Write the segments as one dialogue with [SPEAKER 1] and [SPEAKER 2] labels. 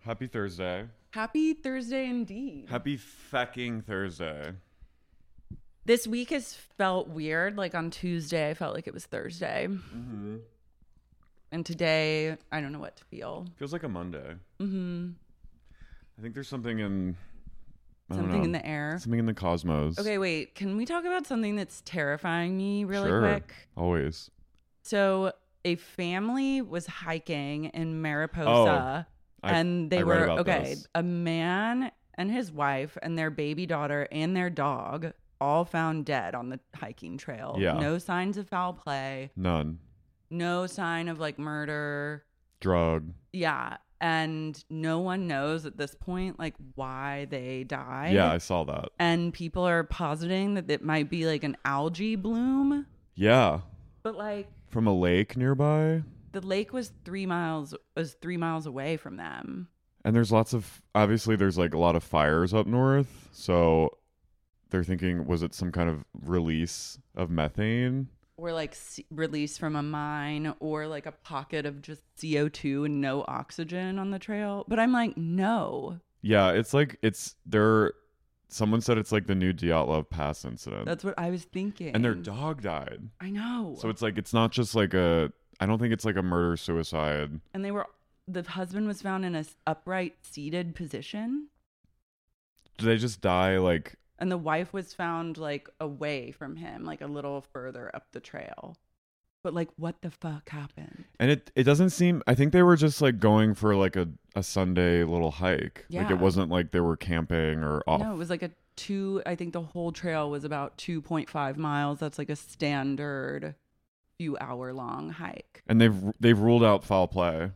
[SPEAKER 1] Happy Thursday.
[SPEAKER 2] Happy Thursday indeed.
[SPEAKER 1] Happy fucking Thursday.
[SPEAKER 2] This week has felt weird. Like on Tuesday, I felt like it was Thursday. And today, I don't know what to feel.
[SPEAKER 1] Feels like a Monday. Mm-hmm. I think there's something in I don't
[SPEAKER 2] Something in
[SPEAKER 1] know.
[SPEAKER 2] the air.
[SPEAKER 1] Something in the cosmos.
[SPEAKER 2] Okay, wait. Can we talk about something that's terrifying me really
[SPEAKER 1] sure.
[SPEAKER 2] quick?
[SPEAKER 1] Always.
[SPEAKER 2] So, a family was hiking in Mariposa,
[SPEAKER 1] Oh, I-
[SPEAKER 2] and they
[SPEAKER 1] I read
[SPEAKER 2] were
[SPEAKER 1] about
[SPEAKER 2] okay.
[SPEAKER 1] this.
[SPEAKER 2] A man and his wife and their baby daughter and their dog all found dead on the hiking trail.
[SPEAKER 1] Yeah.
[SPEAKER 2] No signs of foul play.
[SPEAKER 1] None.
[SPEAKER 2] no sign of like murder.
[SPEAKER 1] Drug.
[SPEAKER 2] Yeah. And no one knows at this point like why they died.
[SPEAKER 1] yeah, I saw that.
[SPEAKER 2] And people are positing that it might be like an algae bloom.
[SPEAKER 1] Yeah.
[SPEAKER 2] But like
[SPEAKER 1] From a lake nearby.
[SPEAKER 2] the lake was three miles was three miles away from them.
[SPEAKER 1] And there's lots of obviously there's like a lot of fires up north. So they're thinking was it some kind of release of methane?
[SPEAKER 2] Or like s- released from a mine or like a pocket of just CO2 and no oxygen on the trail. But I'm like, no,
[SPEAKER 1] Yeah, it's like it's there someone said it's like the new Dyatlov Pass incident.
[SPEAKER 2] that's what I was thinking.
[SPEAKER 1] and their dog died.
[SPEAKER 2] I know.
[SPEAKER 1] So it's like it's not just like a I don't think it's like a murder suicide.
[SPEAKER 2] and they were the husband was found in a s- upright seated position
[SPEAKER 1] Do they just die like
[SPEAKER 2] and the wife was found like away from him like a little further up the trail but like what the fuck happened
[SPEAKER 1] and it it doesn't seem I think they were just like going for like a a Sunday little hike. Like
[SPEAKER 2] Yeah.
[SPEAKER 1] it wasn't like they were camping or off.
[SPEAKER 2] no it was like a two i think the whole trail was about 2.5 miles that's like a standard few hour long hike
[SPEAKER 1] And they've they've ruled out foul play.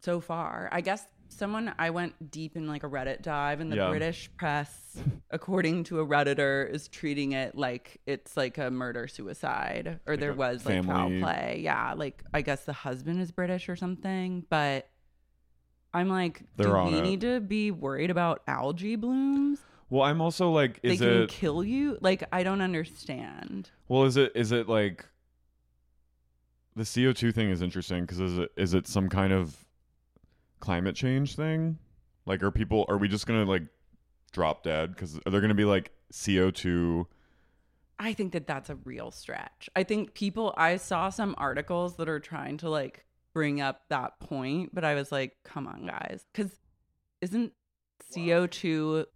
[SPEAKER 2] so far i guess someone i went deep in like a reddit dive and the
[SPEAKER 1] Yeah.
[SPEAKER 2] british press according to a redditor is treating it like it's like a murder suicide or
[SPEAKER 1] Like
[SPEAKER 2] there
[SPEAKER 1] a
[SPEAKER 2] was like foul
[SPEAKER 1] family-
[SPEAKER 2] play yeah like i guess the husband is british or something but i'm like
[SPEAKER 1] They're
[SPEAKER 2] do
[SPEAKER 1] on
[SPEAKER 2] we
[SPEAKER 1] it.
[SPEAKER 2] need to be worried about algae blooms
[SPEAKER 1] Well, I'm also like, is
[SPEAKER 2] they can
[SPEAKER 1] it
[SPEAKER 2] kill you like i don't understand
[SPEAKER 1] well? Is it is it like the CO two thing is interesting because is it is it some kind of climate change thing? Like, are people are we just gonna like drop dead? Because are there gonna be like CO two?
[SPEAKER 2] I think that that's a real stretch. I think people, I saw some articles that are trying to like bring up that point, but I was like, come on, guys. Because isn't CO2,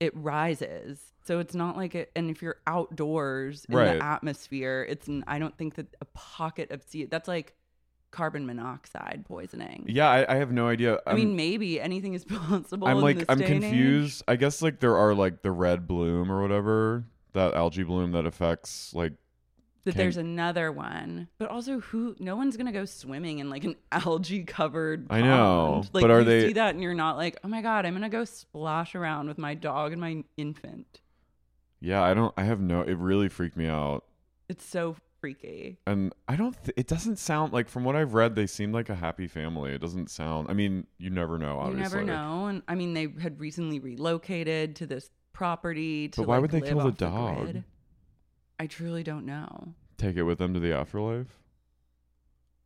[SPEAKER 2] it rises. So it's not like it, and if you're outdoors in
[SPEAKER 1] Right.
[SPEAKER 2] the atmosphere, it's, n- I don't think that a pocket of CO, that's like carbon monoxide poisoning.
[SPEAKER 1] Yeah, I, I have no idea.
[SPEAKER 2] I
[SPEAKER 1] I'm-
[SPEAKER 2] mean, maybe anything is possible.
[SPEAKER 1] I'm
[SPEAKER 2] in
[SPEAKER 1] like
[SPEAKER 2] this
[SPEAKER 1] I'm
[SPEAKER 2] day and age.
[SPEAKER 1] confused. I guess like there are like the red bloom or whatever that algae bloom that affects like
[SPEAKER 2] that
[SPEAKER 1] Can-
[SPEAKER 2] there's another one. But also, who? No one's gonna go swimming in like an algae covered.
[SPEAKER 1] I know,
[SPEAKER 2] Like,
[SPEAKER 1] but are
[SPEAKER 2] you
[SPEAKER 1] they-
[SPEAKER 2] See that, and you're not like, oh my god, I'm gonna go splash around with my dog and my infant.
[SPEAKER 1] yeah. I don't. I have no. It really freaked me out.
[SPEAKER 2] It's so freaky.
[SPEAKER 1] and I don't. Th- it doesn't sound like from what I've read, they seem like a happy family. It doesn't sound. I mean, you never know. Obviously,
[SPEAKER 2] You never know. And I mean, they had recently relocated to this property. To,
[SPEAKER 1] But why
[SPEAKER 2] like,
[SPEAKER 1] would they
[SPEAKER 2] live
[SPEAKER 1] kill the
[SPEAKER 2] off
[SPEAKER 1] dog?
[SPEAKER 2] grid. I truly don't know.
[SPEAKER 1] Take it with them to the afterlife.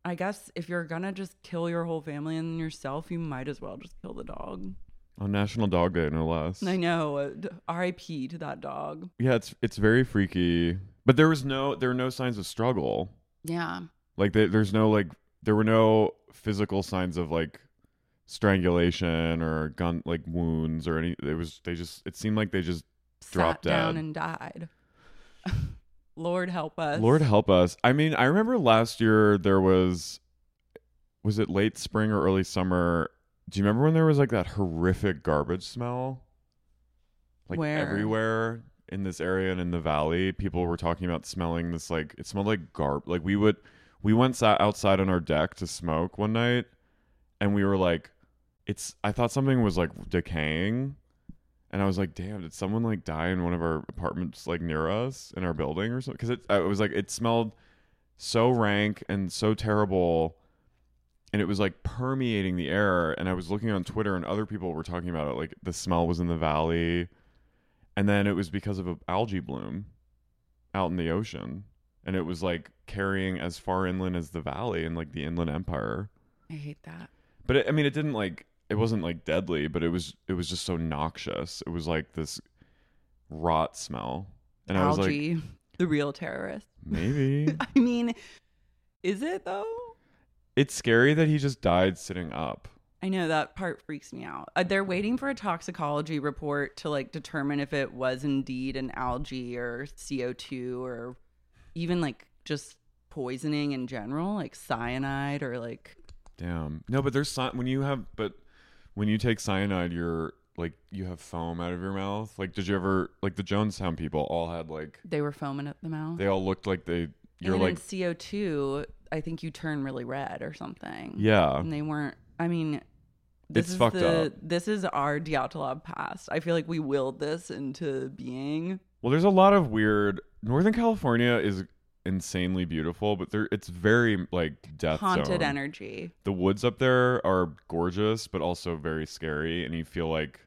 [SPEAKER 2] I guess if you're gonna just kill your whole family and yourself, you might as well just kill the dog.
[SPEAKER 1] On National Dog Day, no less.
[SPEAKER 2] I know. uh, d- R.I.P. to that dog.
[SPEAKER 1] Yeah, it's it's very freaky. But there was no there were no signs of struggle.
[SPEAKER 2] Yeah.
[SPEAKER 1] Like there there's no like there were no physical signs of like strangulation or gun like wounds or any. It was they just it seemed like they just dropped
[SPEAKER 2] sat down
[SPEAKER 1] dead.
[SPEAKER 2] and died. Lord help us.
[SPEAKER 1] Lord help us. I mean, I remember last year there was was it late spring or early summer? Do you remember when there was like that horrific garbage smell? Like
[SPEAKER 2] Where?
[SPEAKER 1] everywhere in this area and in the valley, people were talking about smelling this like it smelled like garb. Like we would we went sat outside on our deck to smoke one night and we were like it's I thought something was like decaying and I was like, damn, did someone like die in one of our apartments like near us in our building or something? Because it, I was like, it smelled so rank and so terrible. And it was like permeating the air. And I was looking on Twitter and other people were talking about it. Like the smell was in the valley. And then it was because of an algae bloom out in the ocean. And it was like carrying as far inland as the valley and like the Inland Empire.
[SPEAKER 2] I hate that.
[SPEAKER 1] But it, I mean, it didn't like it wasn't like deadly, but it was it was just so noxious. It was like this rot smell. And I was like,
[SPEAKER 2] Algae, the real terrorist.
[SPEAKER 1] maybe.
[SPEAKER 2] I mean, is it though?
[SPEAKER 1] it's scary that he just died sitting up.
[SPEAKER 2] I know that part freaks me out. Uh, they're waiting for a toxicology report to like determine if it was indeed an algae or CO2 or even like just poisoning in general, like cyanide or like
[SPEAKER 1] Damn. No, but there's cy- when you have but when you take cyanide, you're like you have foam out of your mouth. Like, did you ever like the Jonestown people all had like
[SPEAKER 2] they were foaming at the mouth.
[SPEAKER 1] they all looked like they you're
[SPEAKER 2] and then
[SPEAKER 1] like
[SPEAKER 2] in CO2, I think you turn really red or something.
[SPEAKER 1] yeah
[SPEAKER 2] And they weren't, I mean, this
[SPEAKER 1] It's
[SPEAKER 2] is
[SPEAKER 1] fucked
[SPEAKER 2] the,
[SPEAKER 1] up.
[SPEAKER 2] This is our Diatlov past. I feel like we willed this into being.
[SPEAKER 1] Well, there's a lot of weird. Northern California is insanely beautiful, but there it's very like death
[SPEAKER 2] Haunted
[SPEAKER 1] zone.
[SPEAKER 2] energy.
[SPEAKER 1] The woods up there are gorgeous, but also very scary, and you feel like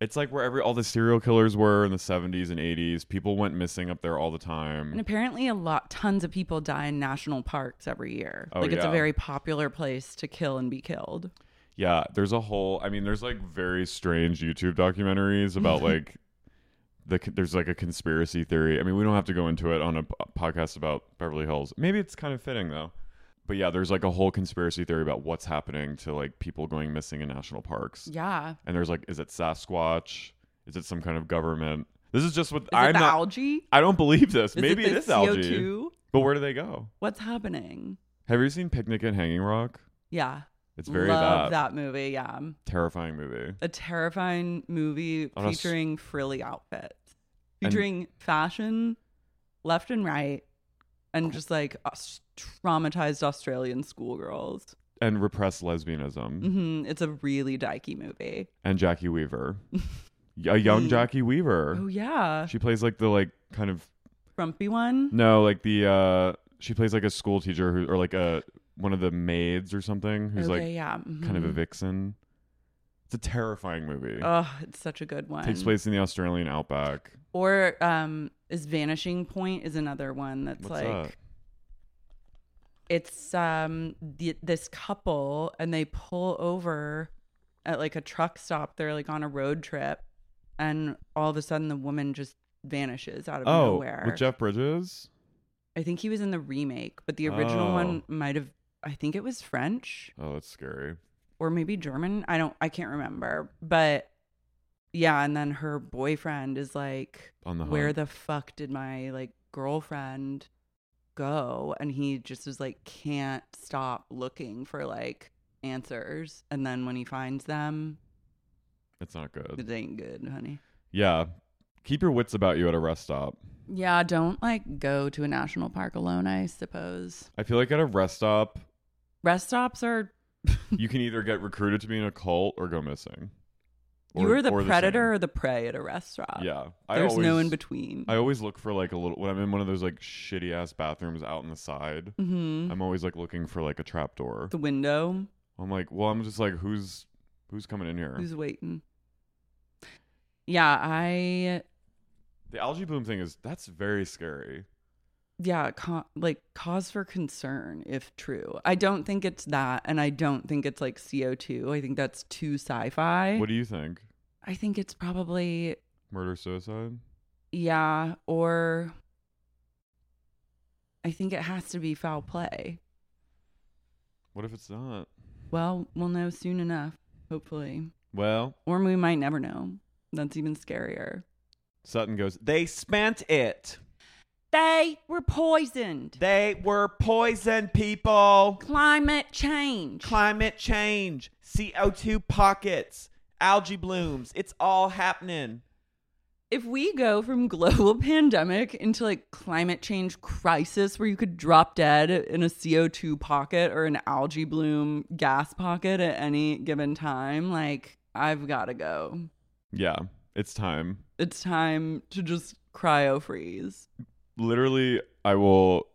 [SPEAKER 1] it's like where every all the serial killers were in the 70s and 80s. People went missing up there all the
[SPEAKER 2] And
[SPEAKER 1] time.
[SPEAKER 2] apparently, a lot, tons of people die in national parks every year.
[SPEAKER 1] Oh,
[SPEAKER 2] like, it's a
[SPEAKER 1] yeah.
[SPEAKER 2] very popular place to kill and be killed.
[SPEAKER 1] Yeah, there's a whole. I mean, there's like very strange YouTube documentaries about like. The, c- there's like a conspiracy theory. I mean, we don't have to go into it on a p- podcast about Beverly Hills. Maybe it's kind of fitting though. But yeah, there's like a whole conspiracy theory about what's happening to like people going missing in national parks.
[SPEAKER 2] Yeah. Is
[SPEAKER 1] And there's like, is it Sasquatch? Is it some kind of government? This is just what
[SPEAKER 2] it
[SPEAKER 1] I'm
[SPEAKER 2] the
[SPEAKER 1] not.
[SPEAKER 2] algae? Is
[SPEAKER 1] I don't believe this. Maybe
[SPEAKER 2] the
[SPEAKER 1] it is algae. But where do they go?
[SPEAKER 2] What's happening?
[SPEAKER 1] Have you seen Picnic at Hanging Rock?
[SPEAKER 2] Yeah.
[SPEAKER 1] It's very
[SPEAKER 2] Love
[SPEAKER 1] that,
[SPEAKER 2] that movie. Yeah.
[SPEAKER 1] terrifying movie.
[SPEAKER 2] A terrifying movie
[SPEAKER 1] On a s-
[SPEAKER 2] featuring frilly outfits,
[SPEAKER 1] And-
[SPEAKER 2] featuring fashion left and right, and just like aus- traumatized Australian schoolgirls.
[SPEAKER 1] And repressed lesbianism.
[SPEAKER 2] hmm It's a really dykey movie.
[SPEAKER 1] and Jackie Weaver, a young
[SPEAKER 2] Mm.
[SPEAKER 1] Jackie Weaver.
[SPEAKER 2] Oh, yeah.
[SPEAKER 1] She plays like the like kind of
[SPEAKER 2] Frumpy one.
[SPEAKER 1] no like the uh she plays like a school teacher who or like a one of the maids or something who's
[SPEAKER 2] okay,
[SPEAKER 1] like
[SPEAKER 2] yeah. Mm-hmm.
[SPEAKER 1] kind of a vixen. It's a terrifying movie.
[SPEAKER 2] Oh, it's such a good one.
[SPEAKER 1] Takes place in the Australian outback.
[SPEAKER 2] Or um, is Vanishing Point is another one that's
[SPEAKER 1] What's
[SPEAKER 2] like
[SPEAKER 1] that?
[SPEAKER 2] it's um the, this couple and they pull over at like a truck stop. They're like on a road trip, and all of a sudden the woman just vanishes out of
[SPEAKER 1] Oh,
[SPEAKER 2] nowhere.
[SPEAKER 1] with Jeff Bridges.
[SPEAKER 2] I think he was in the remake, but the original
[SPEAKER 1] Oh.
[SPEAKER 2] one might have. I think it was French.
[SPEAKER 1] Oh, that's scary.
[SPEAKER 2] or maybe German. I don't I can't remember. But yeah, and then her boyfriend is like,
[SPEAKER 1] On the
[SPEAKER 2] Where
[SPEAKER 1] hunt.
[SPEAKER 2] the fuck did my like girlfriend go? And he just is like can't stop looking for like answers. And then when he finds them,
[SPEAKER 1] It's not good.
[SPEAKER 2] it ain't good, honey.
[SPEAKER 1] Yeah, keep your wits about you at a rest stop.
[SPEAKER 2] Yeah, don't like go to a national park alone, I suppose.
[SPEAKER 1] I feel like at a rest stop,
[SPEAKER 2] Rest stops are
[SPEAKER 1] you can either get recruited to be in a cult or go missing.
[SPEAKER 2] you
[SPEAKER 1] Or-
[SPEAKER 2] are the
[SPEAKER 1] or same.
[SPEAKER 2] predator or the prey at a rest stop.
[SPEAKER 1] Yeah, I
[SPEAKER 2] There's no
[SPEAKER 1] always-
[SPEAKER 2] in between.
[SPEAKER 1] I always look for like a little when I'm in one of those like shitty ass bathrooms out on the side.
[SPEAKER 2] mm-hmm.
[SPEAKER 1] I'm always like looking for like a trap door.
[SPEAKER 2] The window.
[SPEAKER 1] I'm like, well, I'm just like, who's who's coming in here?
[SPEAKER 2] Who's waiting? Yeah, I
[SPEAKER 1] The algae bloom thing is that's very scary.
[SPEAKER 2] yeah, ca like cause for concern if true. I don't think it's that and I don't think it's like CO2. I think that's too sci-fi.
[SPEAKER 1] What do you think?
[SPEAKER 2] I think it's probably
[SPEAKER 1] Murder suicide?
[SPEAKER 2] yeah, or I think it has to be foul play.
[SPEAKER 1] What if it's not?
[SPEAKER 2] Well, we'll know soon enough, hopefully.
[SPEAKER 1] Well,
[SPEAKER 2] Or we might never know. That's even scarier.
[SPEAKER 1] Sutton goes, They spent it.
[SPEAKER 2] They were poisoned.
[SPEAKER 1] They were poison people.
[SPEAKER 2] Climate change.
[SPEAKER 1] Climate change, CO2 pockets, algae blooms. It's all happening.
[SPEAKER 2] if we go from global pandemic into like climate change crisis where you could drop dead in a CO2 pocket or an algae bloom gas pocket at any given time, like I've got to go.
[SPEAKER 1] Yeah, it's time.
[SPEAKER 2] It's time to just cryo freeze.
[SPEAKER 1] literally I will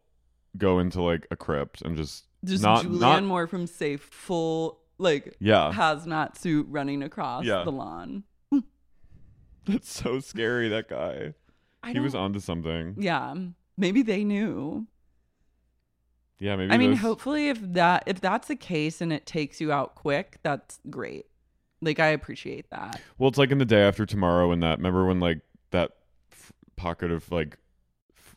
[SPEAKER 1] go into like a crypt and just
[SPEAKER 2] Just
[SPEAKER 1] not
[SPEAKER 2] Julianne
[SPEAKER 1] not
[SPEAKER 2] Moore from Safe, full like
[SPEAKER 1] yeah.
[SPEAKER 2] hazmat suit running across
[SPEAKER 1] Yeah.
[SPEAKER 2] the lawn.
[SPEAKER 1] That's so scary that guy.
[SPEAKER 2] I
[SPEAKER 1] He was
[SPEAKER 2] don't-
[SPEAKER 1] onto something.
[SPEAKER 2] yeah. Maybe they knew.
[SPEAKER 1] Yeah, maybe.
[SPEAKER 2] I mean,
[SPEAKER 1] this-
[SPEAKER 2] hopefully, if that if that's the case and it takes you out quick, that's great. Like I appreciate that.
[SPEAKER 1] Well, it's like in the day after tomorrow, and that. Remember when like that f- pocket of like f-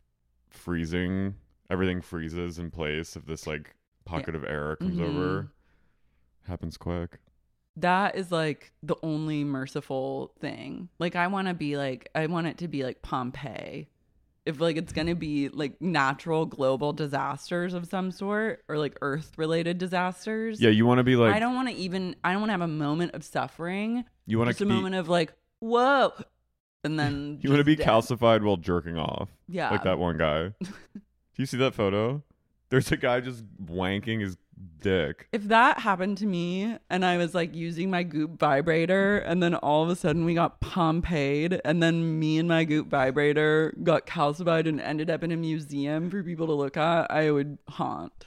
[SPEAKER 1] freezing, everything freezes in place. If this like pocket of air comes
[SPEAKER 2] Mhm.
[SPEAKER 1] over, happens quick.
[SPEAKER 2] That is like the only merciful thing. Like I want to be like I want it to be like Pompeii. If like it's going to be like natural global disasters of some sort or like earth related disasters.
[SPEAKER 1] Yeah, you want to be like
[SPEAKER 2] I don't want to even I don't want to have a moment of suffering.
[SPEAKER 1] you want
[SPEAKER 2] Just
[SPEAKER 1] to
[SPEAKER 2] a
[SPEAKER 1] be
[SPEAKER 2] moment of like whoa. And then
[SPEAKER 1] you want to
[SPEAKER 2] just Um.
[SPEAKER 1] be
[SPEAKER 2] dead.
[SPEAKER 1] calcified while jerking off,
[SPEAKER 2] Yeah.
[SPEAKER 1] like that one guy. Do you see that photo? There's a guy just wanking his dick.
[SPEAKER 2] if that happened to me and I was like using my goop vibrator and then all of a sudden we got Pompeyed and then me and my goop vibrator got calcified and ended up in a museum for people to look at, I would haunt.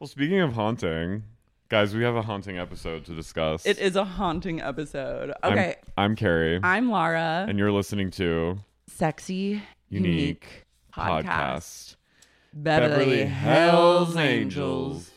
[SPEAKER 1] Well, speaking of haunting, guys, we have a haunting episode to discuss.
[SPEAKER 2] It is a haunting episode.
[SPEAKER 1] I'm-
[SPEAKER 2] Okay.
[SPEAKER 1] I'm, Carrie,
[SPEAKER 2] I'm, Lara.
[SPEAKER 1] and you're listening to
[SPEAKER 2] Sexy,
[SPEAKER 1] Unique
[SPEAKER 2] podcast.
[SPEAKER 1] podcast.
[SPEAKER 2] Beverly, Hells Angels.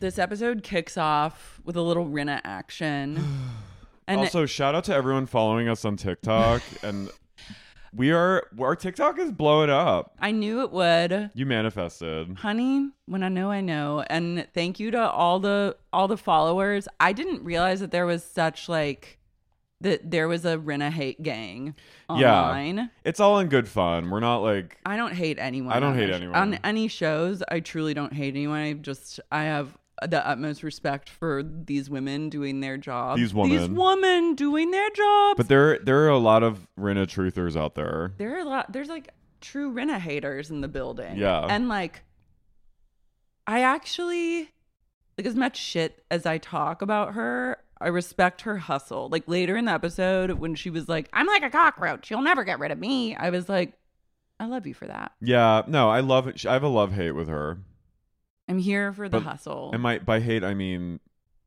[SPEAKER 2] This episode kicks off with a little Rinna action. And
[SPEAKER 1] also, shout out to everyone following us on TikTok, and we are our TikTok is blowing up.
[SPEAKER 2] I knew it would.
[SPEAKER 1] You manifested.
[SPEAKER 2] honey when i know i know and thank you to all the all the followers i didn't realize that there was such like that there was a Renna hate gang
[SPEAKER 1] Yeah.
[SPEAKER 2] online
[SPEAKER 1] It's all in good fun. We're not like
[SPEAKER 2] i don't hate anyone
[SPEAKER 1] I don't
[SPEAKER 2] on
[SPEAKER 1] hate
[SPEAKER 2] the sh-
[SPEAKER 1] anyone.
[SPEAKER 2] on any shows i truly don't hate anyone i just i have the utmost respect for these women doing their job
[SPEAKER 1] These
[SPEAKER 2] these
[SPEAKER 1] women.
[SPEAKER 2] women doing their job
[SPEAKER 1] but there there are a lot of Rena truthers out there.
[SPEAKER 2] there are a lot there's like true Renna haters in the building.
[SPEAKER 1] Yeah.
[SPEAKER 2] And like I actually like as much shit as I talk about her, I respect her hustle. Like later in the episode when she was like, I'm like a cockroach, you'll never get rid of me. I was like, I love you for that.
[SPEAKER 1] Yeah, no, I love it. I have a love hate with her.
[SPEAKER 2] I'm here for the
[SPEAKER 1] But
[SPEAKER 2] hustle.
[SPEAKER 1] And my by hate I mean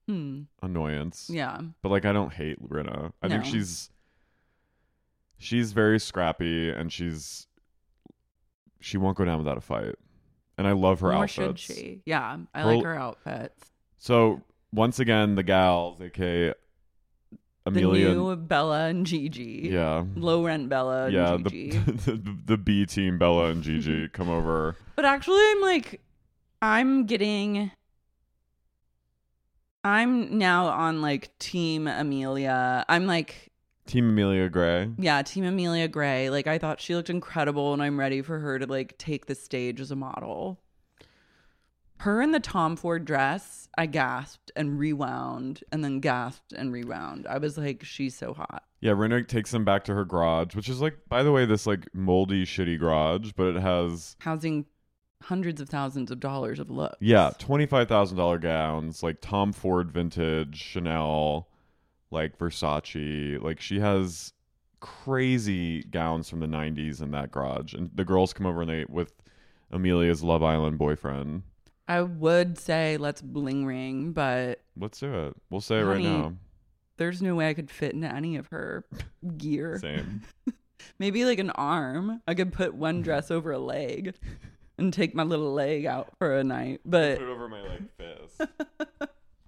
[SPEAKER 2] Hmm.
[SPEAKER 1] annoyance.
[SPEAKER 2] Yeah.
[SPEAKER 1] But like I don't hate Rena. I think
[SPEAKER 2] No.
[SPEAKER 1] she's she's very scrappy and she's she won't go down without a fight. And I love her
[SPEAKER 2] Nor
[SPEAKER 1] outfits.
[SPEAKER 2] should she. Yeah. I
[SPEAKER 1] Her-
[SPEAKER 2] like her outfits.
[SPEAKER 1] So once again, the gals, aka Amelia.
[SPEAKER 2] The new Bella and Gigi.
[SPEAKER 1] yeah.
[SPEAKER 2] Low rent Bella and
[SPEAKER 1] Yeah, the,
[SPEAKER 2] Gigi.
[SPEAKER 1] the the B team Bella and Gigi come over.
[SPEAKER 2] But actually, I'm like, I'm getting. I'm now on like Team Amelia. I'm like,
[SPEAKER 1] Team Amelia Gray.
[SPEAKER 2] yeah, Team Amelia Gray. Like, I thought she looked incredible and I'm ready for her to like take the stage as a model. Her in the Tom Ford dress, I gasped and rewound and then gasped and rewound. I was like, she's so hot.
[SPEAKER 1] Yeah, Renwick takes them back to her garage, which is like, by the way, this like moldy, shitty garage, but it has
[SPEAKER 2] Housing hundreds of thousands of dollars of looks.
[SPEAKER 1] yeah, twenty five thousand dollar gowns, like Tom Ford vintage, Chanel, like Versace. Like she has crazy gowns from the nineties in that garage, and the girls come over and they with Amelia's Love Island boyfriend.
[SPEAKER 2] I would say let's bling ring, but
[SPEAKER 1] Let's do it. We'll say it right
[SPEAKER 2] Honey.
[SPEAKER 1] now.
[SPEAKER 2] there's no way I could fit into any of her gear.
[SPEAKER 1] Same.
[SPEAKER 2] Maybe like an arm. I could put
[SPEAKER 1] Mm-hmm.
[SPEAKER 2] one dress over a leg and take my little leg out for a night. But
[SPEAKER 1] Put it over my like fist.